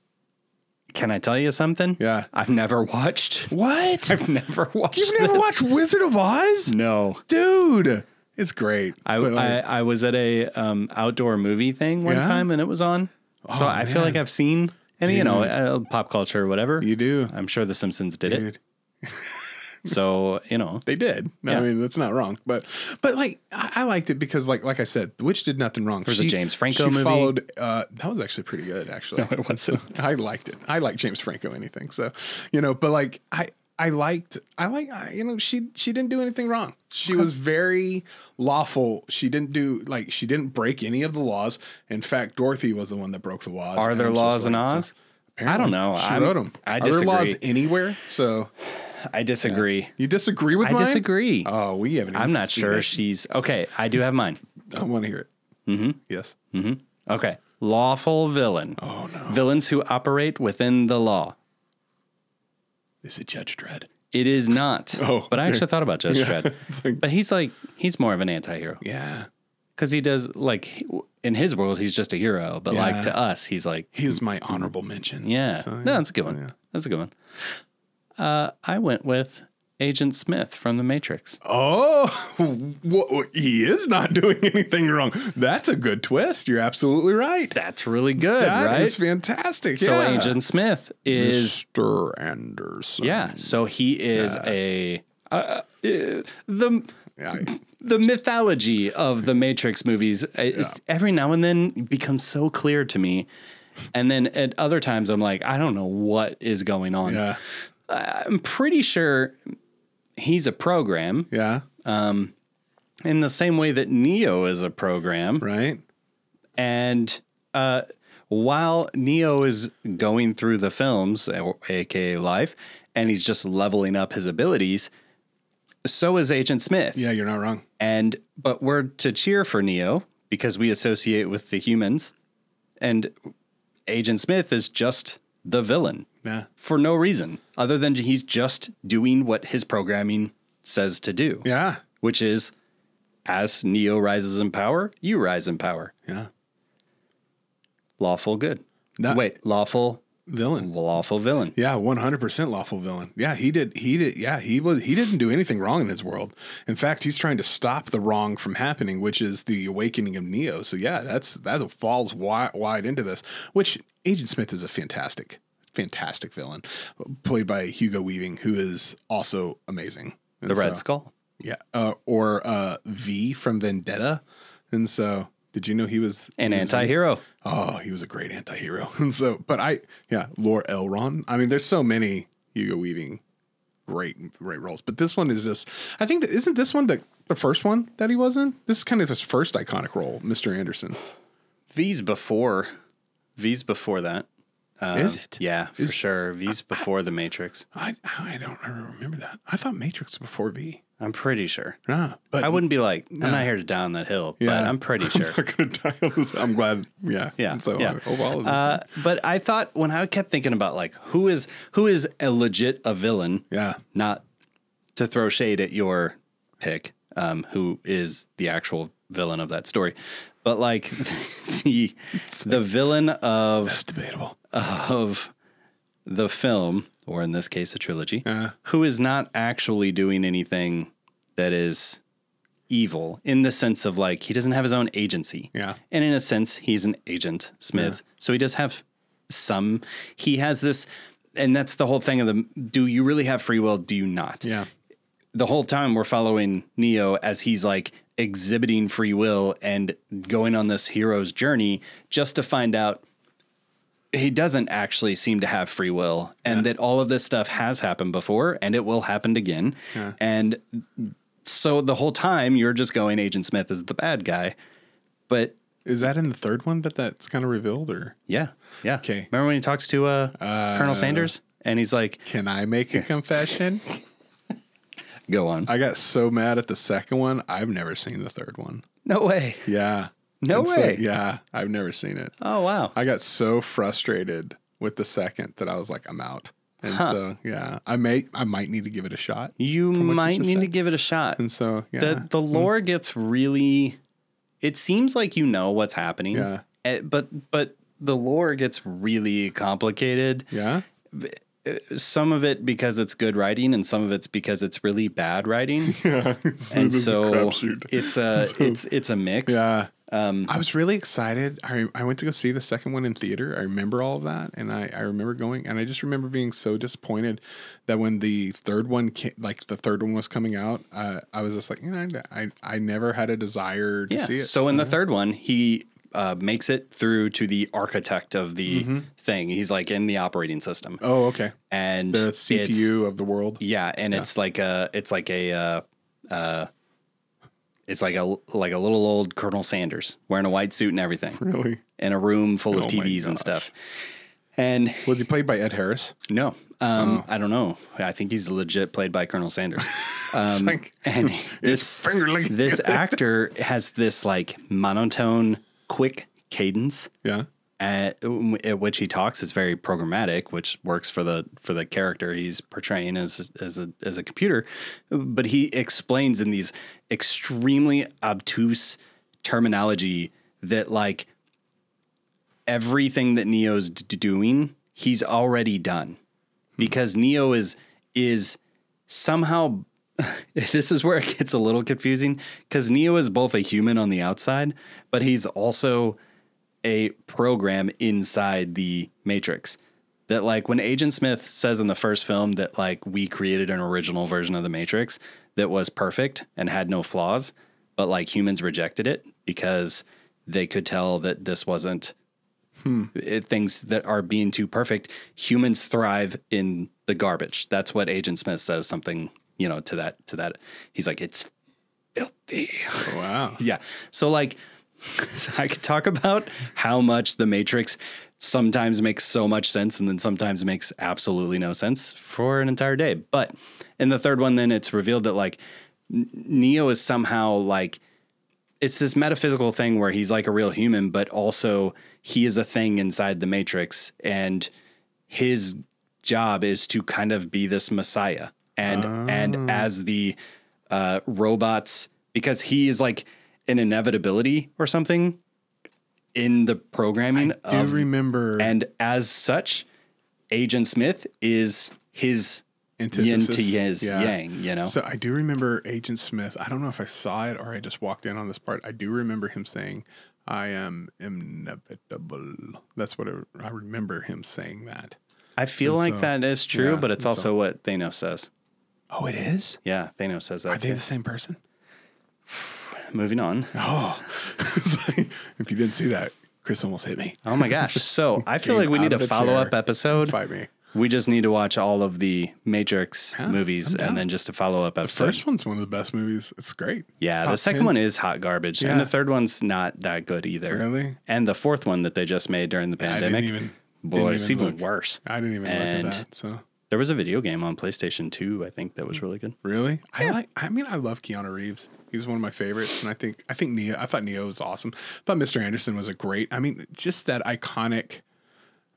Speaker 1: can I tell you something?
Speaker 2: yeah.
Speaker 1: I've never watched.
Speaker 2: What
Speaker 1: I've never watched.
Speaker 2: you've never
Speaker 1: this.
Speaker 2: watched Wizard of Oz,
Speaker 1: No.
Speaker 2: dude? It's great.
Speaker 1: I,
Speaker 2: But,
Speaker 1: I,
Speaker 2: like,
Speaker 1: I was at a um, outdoor movie thing one
Speaker 2: Yeah?
Speaker 1: time and it was on. So
Speaker 2: Oh,
Speaker 1: I feel like
Speaker 2: man.
Speaker 1: I've seen, and you know, uh, pop culture, or whatever.
Speaker 2: you do,
Speaker 1: I'm sure The Simpsons did
Speaker 2: dude.
Speaker 1: it. So, you know,
Speaker 2: They did. No,
Speaker 1: Yeah.
Speaker 2: I mean that's not wrong. But but like I, I liked it because like like I said, the witch did nothing wrong. There
Speaker 1: was a James Franco movie.
Speaker 2: Followed. Uh, that was actually pretty good. Actually,
Speaker 1: No, it wasn't.
Speaker 2: I liked it. I like James Franco anything. So you know, but like I. I liked, I like, I, you know, she she didn't do anything wrong. She was very lawful. She didn't do like she didn't break any of the laws. In fact, Dorothy was the one that broke the laws.
Speaker 1: Are
Speaker 2: And
Speaker 1: there
Speaker 2: I'm
Speaker 1: laws
Speaker 2: just
Speaker 1: in
Speaker 2: like, so-
Speaker 1: Oz? I don't know.
Speaker 2: She
Speaker 1: I'm-
Speaker 2: wrote them.
Speaker 1: I
Speaker 2: Are there laws
Speaker 1: disagree.
Speaker 2: anywhere? So
Speaker 1: I disagree.
Speaker 2: you disagree with
Speaker 1: I
Speaker 2: mine?
Speaker 1: disagree.
Speaker 2: Oh, we haven't.
Speaker 1: I'm
Speaker 2: even
Speaker 1: not
Speaker 2: seen
Speaker 1: sure
Speaker 2: it.
Speaker 1: she's okay. I do have mine. Mm-hmm.
Speaker 2: I want to hear it. Mm-hmm. Yes.
Speaker 1: Okay. Lawful villain.
Speaker 2: Oh no.
Speaker 1: Villains who operate within the law.
Speaker 2: Is it Judge Dredd?
Speaker 1: It is not.
Speaker 2: Oh,
Speaker 1: but I
Speaker 2: okay.
Speaker 1: actually thought about Judge Dredd.
Speaker 2: It's like-
Speaker 1: But he's like, he's more of an anti hero
Speaker 2: yeah.
Speaker 1: because he does, like, he- in his world, he's just a hero. But, like,
Speaker 2: Yeah.
Speaker 1: to us, he's like,
Speaker 2: He was my honorable mention.
Speaker 1: yeah.
Speaker 2: So,
Speaker 1: No, that's a good
Speaker 2: So,
Speaker 1: one.
Speaker 2: yeah.
Speaker 1: That's a good one. Uh, I went with Agent Smith from The Matrix.
Speaker 2: Oh, wha- wha- he is not doing anything wrong. That's a good twist. You're absolutely right.
Speaker 1: That's really good,
Speaker 2: That
Speaker 1: right?
Speaker 2: is fantastic.
Speaker 1: so,
Speaker 2: yeah.
Speaker 1: Agent Smith is
Speaker 2: Mr. Anderson.
Speaker 1: Yeah, so he is a uh, uh, the
Speaker 2: Yeah.
Speaker 1: the mythology of the Matrix movies. uh, is Every now and then becomes so clear to me, and then at other times I'm like, I don't know what is going on.
Speaker 2: Yeah.
Speaker 1: I'm pretty sure he's a program
Speaker 2: Yeah.
Speaker 1: in the same way that Neo is a program,
Speaker 2: Right.
Speaker 1: and uh, while Neo is going through the films, aka life, and he's just leveling up his abilities, so is Agent Smith.
Speaker 2: Yeah. You're not wrong.
Speaker 1: And but we're to cheer for Neo because we associate with the humans, and Agent Smith is just the villain
Speaker 2: Yeah.
Speaker 1: for no reason other than he's just doing what his programming says to do,
Speaker 2: Yeah.
Speaker 1: which is as Neo rises in power, you rise in power
Speaker 2: Yeah.
Speaker 1: lawful good.
Speaker 2: Not-
Speaker 1: Wait, lawful
Speaker 2: Villain.
Speaker 1: lawful villain.
Speaker 2: Yeah, one hundred percent lawful villain. Yeah, he did. He did. Yeah, he was. He didn't do anything wrong in his world. In fact, he's trying to stop the wrong from happening, which is the awakening of Neo. So yeah, that's that falls wide, wide into this. Which Agent Smith is a fantastic, fantastic villain, played by Hugo Weaving, who is also amazing.
Speaker 1: The Red Skull.
Speaker 2: Yeah, uh, or uh, V from Vendetta, and so Did you know he was
Speaker 1: An
Speaker 2: he was-
Speaker 1: anti-hero.
Speaker 2: Oh, he was a great anti-hero. And so, but I, yeah, Lore Elron. I mean, there's so many Hugo Weaving great, great roles. But this one is this. I think that isn't this one the the first one that he was in. This is kind of his first iconic role, Mr. Anderson.
Speaker 1: V's before. V's before that. Um,
Speaker 2: Is it?
Speaker 1: Yeah, for sure. V's before the Matrix.
Speaker 2: I I don't remember that. I thought Matrix was before V.
Speaker 1: I'm pretty sure.
Speaker 2: Nah, but
Speaker 1: I wouldn't be like, I'm not here to die on that hill, but
Speaker 2: Yeah.
Speaker 1: Mm. I'm pretty sure.
Speaker 2: I'm not gonna die on this. I'm glad. Yeah.
Speaker 1: Yeah.
Speaker 2: I'm so
Speaker 1: yeah.
Speaker 2: I hope all of this.
Speaker 1: Uh, but I thought when I kept thinking about like who is who is a legit a villain,
Speaker 2: yeah.
Speaker 1: not to throw shade at your pick, um, who is the actual villain of that story, but like the the villain of
Speaker 2: That's debatable.
Speaker 1: of the film, or in this case, a trilogy,
Speaker 2: Yeah.
Speaker 1: who is not actually doing anything that is evil in the sense of like he doesn't have his own agency.
Speaker 2: Yeah.
Speaker 1: And in a sense, he's an agent, Smith. So he does have some, he has this, and that's the whole thing of the do you really have free will? Do you not?
Speaker 2: Yeah.
Speaker 1: the whole time we're following Neo as he's like exhibiting free will and going on this hero's journey just to find out he doesn't actually seem to have free will and that all of this stuff has happened before and it will happen again. And so the whole time you're just going Agent Smith is the bad guy. But
Speaker 2: Is that in the third one that that's kind of revealed or?
Speaker 1: yeah. Yeah.
Speaker 2: 'Kay.
Speaker 1: Remember when he talks to uh, Colonel Sanders and he's like,
Speaker 2: Can I make a confession?
Speaker 1: "Go on."
Speaker 2: I got so mad at the second one. I've never seen the third one.
Speaker 1: no way.
Speaker 2: Yeah.
Speaker 1: No
Speaker 2: so-
Speaker 1: way.
Speaker 2: yeah. I've never seen it.
Speaker 1: Oh wow.
Speaker 2: I got so frustrated with the second that I was like, I'm out. And so, yeah, I may, I might need to give it a shot.
Speaker 1: you
Speaker 2: what you
Speaker 1: might
Speaker 2: just
Speaker 1: need to
Speaker 2: said.
Speaker 1: give it a shot.
Speaker 2: And so, yeah. Hmm.
Speaker 1: the the lore gets really it seems like you know what's happening
Speaker 2: Yeah.
Speaker 1: Eh, but but the lore gets really complicated
Speaker 2: yeah.
Speaker 1: some of it because it's good writing and some of it's because it's really bad writing
Speaker 2: Yeah.
Speaker 1: and so it's a it's it's a mix Um,
Speaker 2: Yeah. I was really excited. I, I went to go see the second one in theater. I remember all of that. And I, I remember going, and I just remember being so disappointed that when the third one, came, like the third one was coming out, uh, I was just like, you know, I, I, I never had a desire to
Speaker 1: Yeah.
Speaker 2: see it.
Speaker 1: So in the third one, he uh, makes it through to the architect of the
Speaker 2: Mm-hmm.
Speaker 1: thing. He's like in the operating system,
Speaker 2: oh, okay.
Speaker 1: and
Speaker 2: The
Speaker 1: it's-
Speaker 2: CPU of the world.
Speaker 1: Yeah, and it's like a it's like a uh, uh, it's like a like a little old Colonel Sanders wearing a white suit and everything,
Speaker 2: Really?
Speaker 1: in a room full of
Speaker 2: Oh my
Speaker 1: TVs and
Speaker 2: gosh.
Speaker 1: stuff. And
Speaker 2: Was he played by Ed Harris?
Speaker 1: no,
Speaker 2: Oh.
Speaker 1: um, I don't know. I think he's legit played by Colonel Sanders. Um,
Speaker 2: It's like,
Speaker 1: and
Speaker 2: it's
Speaker 1: this
Speaker 2: finger licking.
Speaker 1: this actor has this like monotone, quick cadence
Speaker 2: yeah.
Speaker 1: at, um, at which he talks is very programmatic, which works for the for the character he's portraying as as a as a computer. But he explains in these extremely obtuse terminology that like everything that Neo's d- doing, he's already done because Neo is is somehow this is where it gets a little confusing because Neo is both a human on the outside, but he's also a program inside the Matrix. That like when Agent Smith says in the first film that like we created an original version of the Matrix that was perfect and had no flaws, but like humans rejected it because they could tell that this wasn't it, things that are being too perfect. Humans thrive in the garbage. That's what Agent Smith says. Something you know to that to that. He's like it's filthy.
Speaker 2: Wow.
Speaker 1: yeah. So like, I could talk about how much the Matrix sometimes makes so much sense and then sometimes makes absolutely no sense for an entire day. But in the third one, then it's revealed that like N- Neo is somehow like it's this metaphysical thing where he's like a real human, but also he is a thing inside the matrix, and his job is to kind of be this messiah, and
Speaker 2: Ah.
Speaker 1: and as the uh, robots, because he is like an inevitability or something in the programming
Speaker 2: Do
Speaker 1: of,
Speaker 2: remember
Speaker 1: and as such, Agent Smith is his yin
Speaker 2: antithesis?
Speaker 1: to his
Speaker 2: Yeah.
Speaker 1: yang, you know.
Speaker 2: So I do remember Agent Smith. I don't know if I saw it or I just walked in on this part. I do remember him saying, "I am inevitable." That's what I, I remember him saying that.
Speaker 1: I feel
Speaker 2: And
Speaker 1: like
Speaker 2: so-
Speaker 1: that is true,
Speaker 2: yeah,
Speaker 1: but it's
Speaker 2: and
Speaker 1: also what Thanos says.
Speaker 2: Oh, it is.
Speaker 1: Yeah, Thanos says
Speaker 2: Are
Speaker 1: that.
Speaker 2: they
Speaker 1: too.
Speaker 2: the same person?
Speaker 1: moving on.
Speaker 2: Oh, it's like, if you didn't see that, Chris almost hit me.
Speaker 1: Oh my gosh. So I feel
Speaker 2: Came
Speaker 1: like we
Speaker 2: out
Speaker 1: need
Speaker 2: of
Speaker 1: a
Speaker 2: the
Speaker 1: follow up
Speaker 2: chair.
Speaker 1: episode.
Speaker 2: Fight me.
Speaker 1: We just need to watch all of the Matrix
Speaker 2: Huh?
Speaker 1: movies
Speaker 2: I'm down.
Speaker 1: and then just a follow up episode.
Speaker 2: First one's one of the best movies. It's great.
Speaker 1: yeah, the
Speaker 2: top
Speaker 1: second
Speaker 2: 10.
Speaker 1: one is hot garbage, and
Speaker 2: Yeah.
Speaker 1: the third one's not that good either.
Speaker 2: Really?
Speaker 1: And the fourth one that they just made during the
Speaker 2: I
Speaker 1: pandemic,
Speaker 2: didn't even.
Speaker 1: boy,
Speaker 2: didn't
Speaker 1: it's
Speaker 2: even
Speaker 1: even
Speaker 2: look.
Speaker 1: worse.
Speaker 2: I didn't even
Speaker 1: And-
Speaker 2: look at that. So
Speaker 1: There was a video game on PlayStation Two, I think,
Speaker 2: Hmm.
Speaker 1: that was really good.
Speaker 2: really, I like. I mean, I love Keanu Reeves. He's one of my favorites, and I think I think Neo. I thought Neo was awesome. I thought Mr. Anderson was a great. I mean, just that iconic,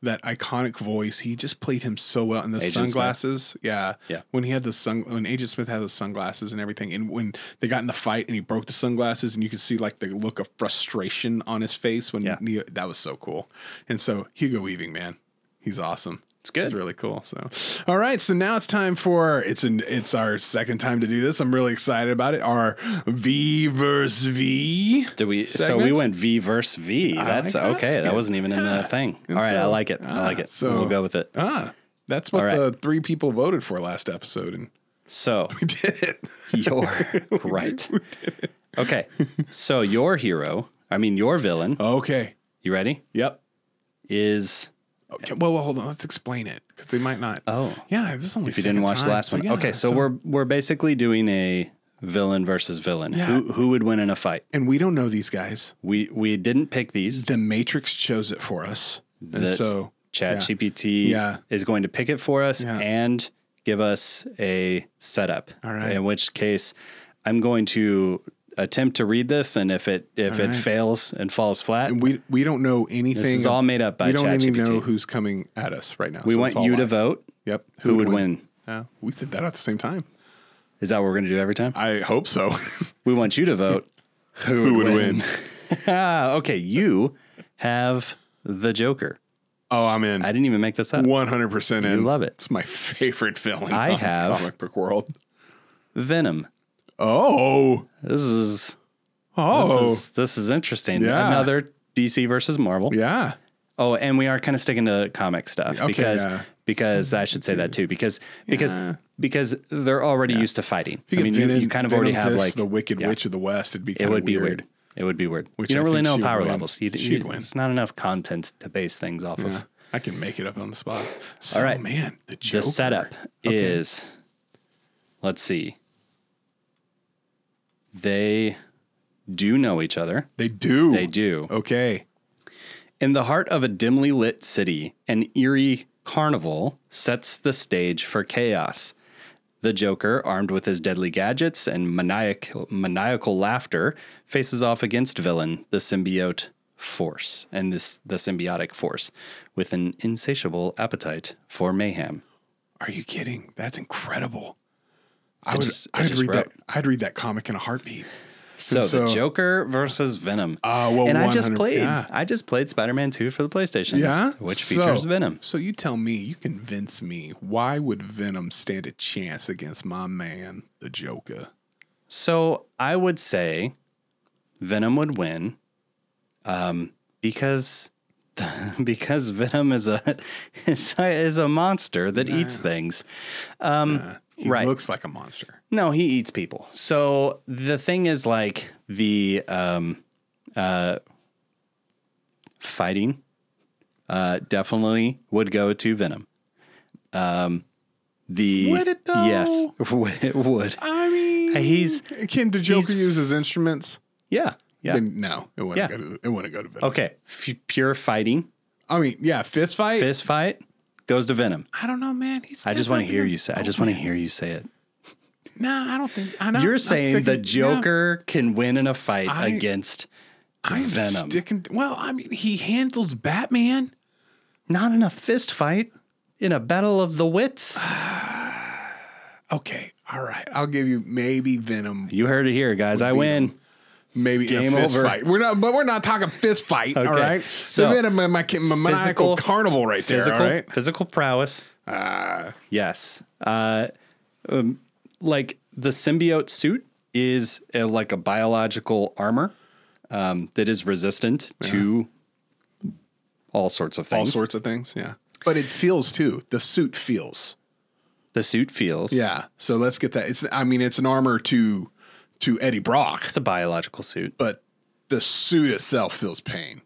Speaker 2: that iconic voice. He just played him so well. And the
Speaker 1: Agent Smith.
Speaker 2: sunglasses, yeah,
Speaker 1: Yeah.
Speaker 2: When he had the sun, when Agent Smith had those sunglasses and everything, and when they got in the fight and he broke the sunglasses, and you could see like the look of frustration on his face when
Speaker 1: Yeah.
Speaker 2: Neo. That was so cool. And so Hugo Weaving, man, he's awesome.
Speaker 1: It's good.
Speaker 2: It's really cool. So, all right. So now it's time for it's an it's our second time to do this. I'm really excited about it. Our V versus V.
Speaker 1: Did we? So we
Speaker 2: segment?
Speaker 1: went V verse V. That's
Speaker 2: like that.
Speaker 1: okay. That
Speaker 2: Yeah.
Speaker 1: wasn't even in the
Speaker 2: Yeah.
Speaker 1: thing.
Speaker 2: And
Speaker 1: All right, I
Speaker 2: so-
Speaker 1: like it. I like
Speaker 2: ah,
Speaker 1: it.
Speaker 2: so-
Speaker 1: we'll go with it.
Speaker 2: Ah, that's what
Speaker 1: All right.
Speaker 2: the three people voted for last episode, and
Speaker 1: So
Speaker 2: we did it.
Speaker 1: you're right. Okay, so your hero, I mean your villain.
Speaker 2: Oh. Okay.
Speaker 1: You ready?
Speaker 2: Yep.
Speaker 1: Is
Speaker 2: Okay. Well, well, hold on. Let's explain it because they might not.
Speaker 1: oh,
Speaker 2: yeah. This is only
Speaker 1: if you didn't
Speaker 2: second
Speaker 1: watch the
Speaker 2: time,
Speaker 1: last
Speaker 2: so
Speaker 1: one.
Speaker 2: yeah,
Speaker 1: okay, so, we're we're basically doing a villain versus villain.
Speaker 2: Yeah.
Speaker 1: Who who would win in a fight?
Speaker 2: and we don't know these guys.
Speaker 1: We we didn't pick these.
Speaker 2: The Matrix chose it for us, and
Speaker 1: The- E.
Speaker 2: so
Speaker 1: Chat
Speaker 2: yeah.
Speaker 1: GPT
Speaker 2: Yeah.
Speaker 1: is going to pick it for us
Speaker 2: Yeah.
Speaker 1: and give us a setup.
Speaker 2: All right.
Speaker 1: In which case, I'm going to attempt to read this, and if it if
Speaker 2: All
Speaker 1: it
Speaker 2: right.
Speaker 1: fails and falls flat,
Speaker 2: And we we don't know anything.
Speaker 1: this is all made up by
Speaker 2: we don't
Speaker 1: Chat
Speaker 2: even know
Speaker 1: GPT.
Speaker 2: who's coming at us right now.
Speaker 1: We
Speaker 2: so
Speaker 1: want
Speaker 2: it's all
Speaker 1: you to
Speaker 2: live.
Speaker 1: vote.
Speaker 2: Yep.
Speaker 1: Who, would win?
Speaker 2: Yeah. We did that at the same time.
Speaker 1: Is that what we're going to do every time?
Speaker 2: I hope so.
Speaker 1: We want you to vote. Who,
Speaker 2: Who would win?
Speaker 1: Ah, okay, you have the Joker.
Speaker 2: Oh, I'm in.
Speaker 1: I didn't even make this up.
Speaker 2: 100% in.
Speaker 1: You love it.
Speaker 2: It's my favorite villain.
Speaker 1: I
Speaker 2: on the
Speaker 1: have-
Speaker 2: comic book world.
Speaker 1: Venom.
Speaker 2: Oh.
Speaker 1: This is this
Speaker 2: Oh.
Speaker 1: is this is interesting.
Speaker 2: Yeah.
Speaker 1: Another DC versus Marvel.
Speaker 2: yeah.
Speaker 1: Oh, and we are kind of sticking to comic stuff
Speaker 2: Okay,
Speaker 1: because
Speaker 2: yeah.
Speaker 1: because I should say that too because because
Speaker 2: Yeah.
Speaker 1: because they're already used to fighting.
Speaker 2: If
Speaker 1: I
Speaker 2: you
Speaker 1: mean,
Speaker 2: could
Speaker 1: you,
Speaker 2: Venom-
Speaker 1: you kind of already
Speaker 2: Venom
Speaker 1: have
Speaker 2: fist
Speaker 1: like
Speaker 2: the Wicked
Speaker 1: yeah.
Speaker 2: Witch of the West. It'd be
Speaker 1: it
Speaker 2: kind
Speaker 1: would
Speaker 2: of
Speaker 1: be
Speaker 2: weird.
Speaker 1: weird. It would be weird.
Speaker 2: Which
Speaker 1: you don't
Speaker 2: I
Speaker 1: really
Speaker 2: think
Speaker 1: know
Speaker 2: she would
Speaker 1: power
Speaker 2: win.
Speaker 1: levels. You,
Speaker 2: She'd
Speaker 1: you,
Speaker 2: win.
Speaker 1: There's not enough content to base things off of.
Speaker 2: Yeah. I can make it up on the spot. So,
Speaker 1: All right.
Speaker 2: man, the Joker.
Speaker 1: The setup is let's see. They do know each other.
Speaker 2: They do.
Speaker 1: They do.
Speaker 2: Okay.
Speaker 1: In the heart of a dimly lit city, an eerie carnival sets the stage for chaos. The Joker, armed with his deadly gadgets and maniac, maniacal laughter, faces off against villain, the symbiote force, and this the symbiotic force, with an insatiable appetite for mayhem.
Speaker 2: Are you kidding? That's incredible. I would,
Speaker 1: just- I
Speaker 2: I'd
Speaker 1: just
Speaker 2: read that.
Speaker 1: wrote-
Speaker 2: I'd read that comic in a heartbeat.
Speaker 1: So,
Speaker 2: so-
Speaker 1: the Joker versus Venom.
Speaker 2: Ah, well,
Speaker 1: and I just
Speaker 2: 100
Speaker 1: played.
Speaker 2: yeah.
Speaker 1: I just played Spider-Man 2 for the PlayStation.
Speaker 2: Yeah,
Speaker 1: Which
Speaker 2: So-
Speaker 1: features Venom.
Speaker 2: So you tell me, you convince me. Why would Venom stand a chance against my man, the Joker?
Speaker 1: So I would say Venom would win, um, because because Venom is a is a, is a monster that eats things.
Speaker 2: Uh, he
Speaker 1: Mm, Right.
Speaker 2: looks like a monster.
Speaker 1: No, he eats people. So the thing is like the um, uh, fighting uh, definitely would go to Venom. Um, the
Speaker 2: Would it, though?
Speaker 1: Yes, it would.
Speaker 2: I mean,
Speaker 1: He's-
Speaker 2: can the
Speaker 1: he's-
Speaker 2: Joker use his instruments?
Speaker 1: Yeah, yeah.
Speaker 2: Then no, it wouldn't
Speaker 1: Yeah.
Speaker 2: go to. It wouldn't go to Venom.
Speaker 1: Okay, F- pure fighting.
Speaker 2: I mean, yeah, fist fight.
Speaker 1: fist fight goes to Venom.
Speaker 2: I don't know, man. He's
Speaker 1: I just want to hear you say. I just want to hear you say it.
Speaker 2: Oh, Nah, I don't think. I know,
Speaker 1: You're
Speaker 2: I'm
Speaker 1: saying the
Speaker 2: sticking- yeah.
Speaker 1: Joker can win in a fight
Speaker 2: I-
Speaker 1: against
Speaker 2: I'm
Speaker 1: Venom.
Speaker 2: Sticking, well, I mean, he handles Batman.
Speaker 1: not in a fist fight, in a battle of the wits.
Speaker 2: Okay, all right. I'll give you maybe Venom.
Speaker 1: You heard it here, guys. I
Speaker 2: beat
Speaker 1: win.
Speaker 2: Maybe
Speaker 1: Game
Speaker 2: in a fist
Speaker 1: over.
Speaker 2: fight. We're not, but we're not talking fist fight. All
Speaker 1: Okay,
Speaker 2: right.
Speaker 1: so-
Speaker 2: So Venom, my, my, my maniacal carnival right there.
Speaker 1: Physical,
Speaker 2: All right.
Speaker 1: physical prowess.
Speaker 2: Uh,
Speaker 1: Yes. Uh, um, like the symbiote suit is a, like a biological armor um, that is resistant to all sorts of
Speaker 2: all
Speaker 1: things.
Speaker 2: sorts of things. Yeah. But it feels too. The suit feels.
Speaker 1: The suit feels.
Speaker 2: Yeah. So let's get that. It's. I mean, it's an armor to to Eddie Brock,
Speaker 1: It's a biological suit.
Speaker 2: but the suit itself feels pain.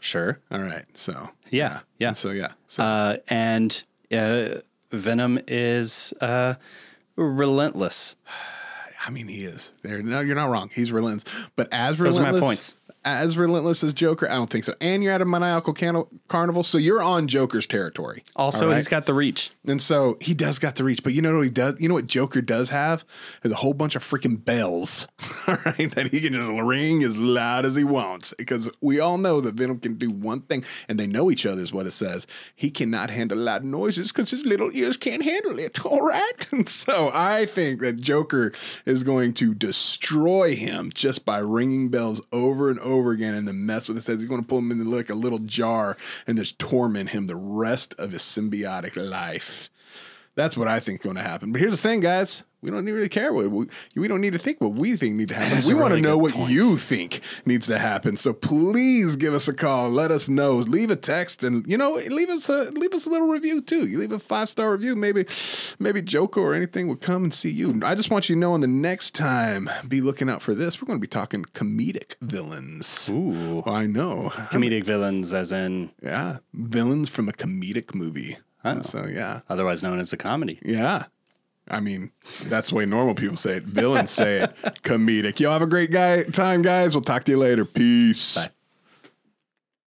Speaker 1: Sure.
Speaker 2: All right, so
Speaker 1: Yeah. Yeah.
Speaker 2: so yeah, so
Speaker 1: Uh, and uh, Venom is uh, relentless.
Speaker 2: I mean he is there. No, you're not wrong. He's relentless, but as
Speaker 1: Those are my points.
Speaker 2: relentless, as relentless as Joker, I don't think so. And you're at a maniacal can- carnival, so you're on Joker's territory.
Speaker 1: Also,
Speaker 2: All right?
Speaker 1: he's got the reach.
Speaker 2: And so he does got the reach, but you know what he does? You know what Joker does have is a whole bunch of freaking bells, all right, that he can just ring as loud as he wants. Because we all know that Venom can do one thing, and they know each other is what it says. He cannot handle loud noises because his little ears can't handle it. All right, and so I think that Joker is going to destroy him just by ringing bells over and over again, and then mess with it. Says he's going to pull him into like a little jar and just torment him the rest of his symbiotic life. That's what I think's going to happen. But here's the thing, guys. We don't really care what we, we don't need to think what we think need to happen.
Speaker 1: That's
Speaker 2: we
Speaker 1: a
Speaker 2: want to
Speaker 1: really
Speaker 2: know
Speaker 1: good
Speaker 2: what
Speaker 1: point.
Speaker 2: you think needs to happen. So please give us a call. Let us know. Leave a text and you know leave us a leave us a little review too. You leave a five star review. Maybe maybe Joko or anything will come and see you. I just want you to know. On the next time, be looking out for this. We're going to be talking comedic villains.
Speaker 1: Ooh.
Speaker 2: I know.
Speaker 1: Comedic villains, as in
Speaker 2: Yeah, villains from a comedic movie. So yeah.
Speaker 1: otherwise known as a comedy.
Speaker 2: Yeah. I mean, that's the way normal people say it. Villains say it. Comedic. Y'all have a great guy time, guys. We'll talk to you later. Peace.
Speaker 1: Bye.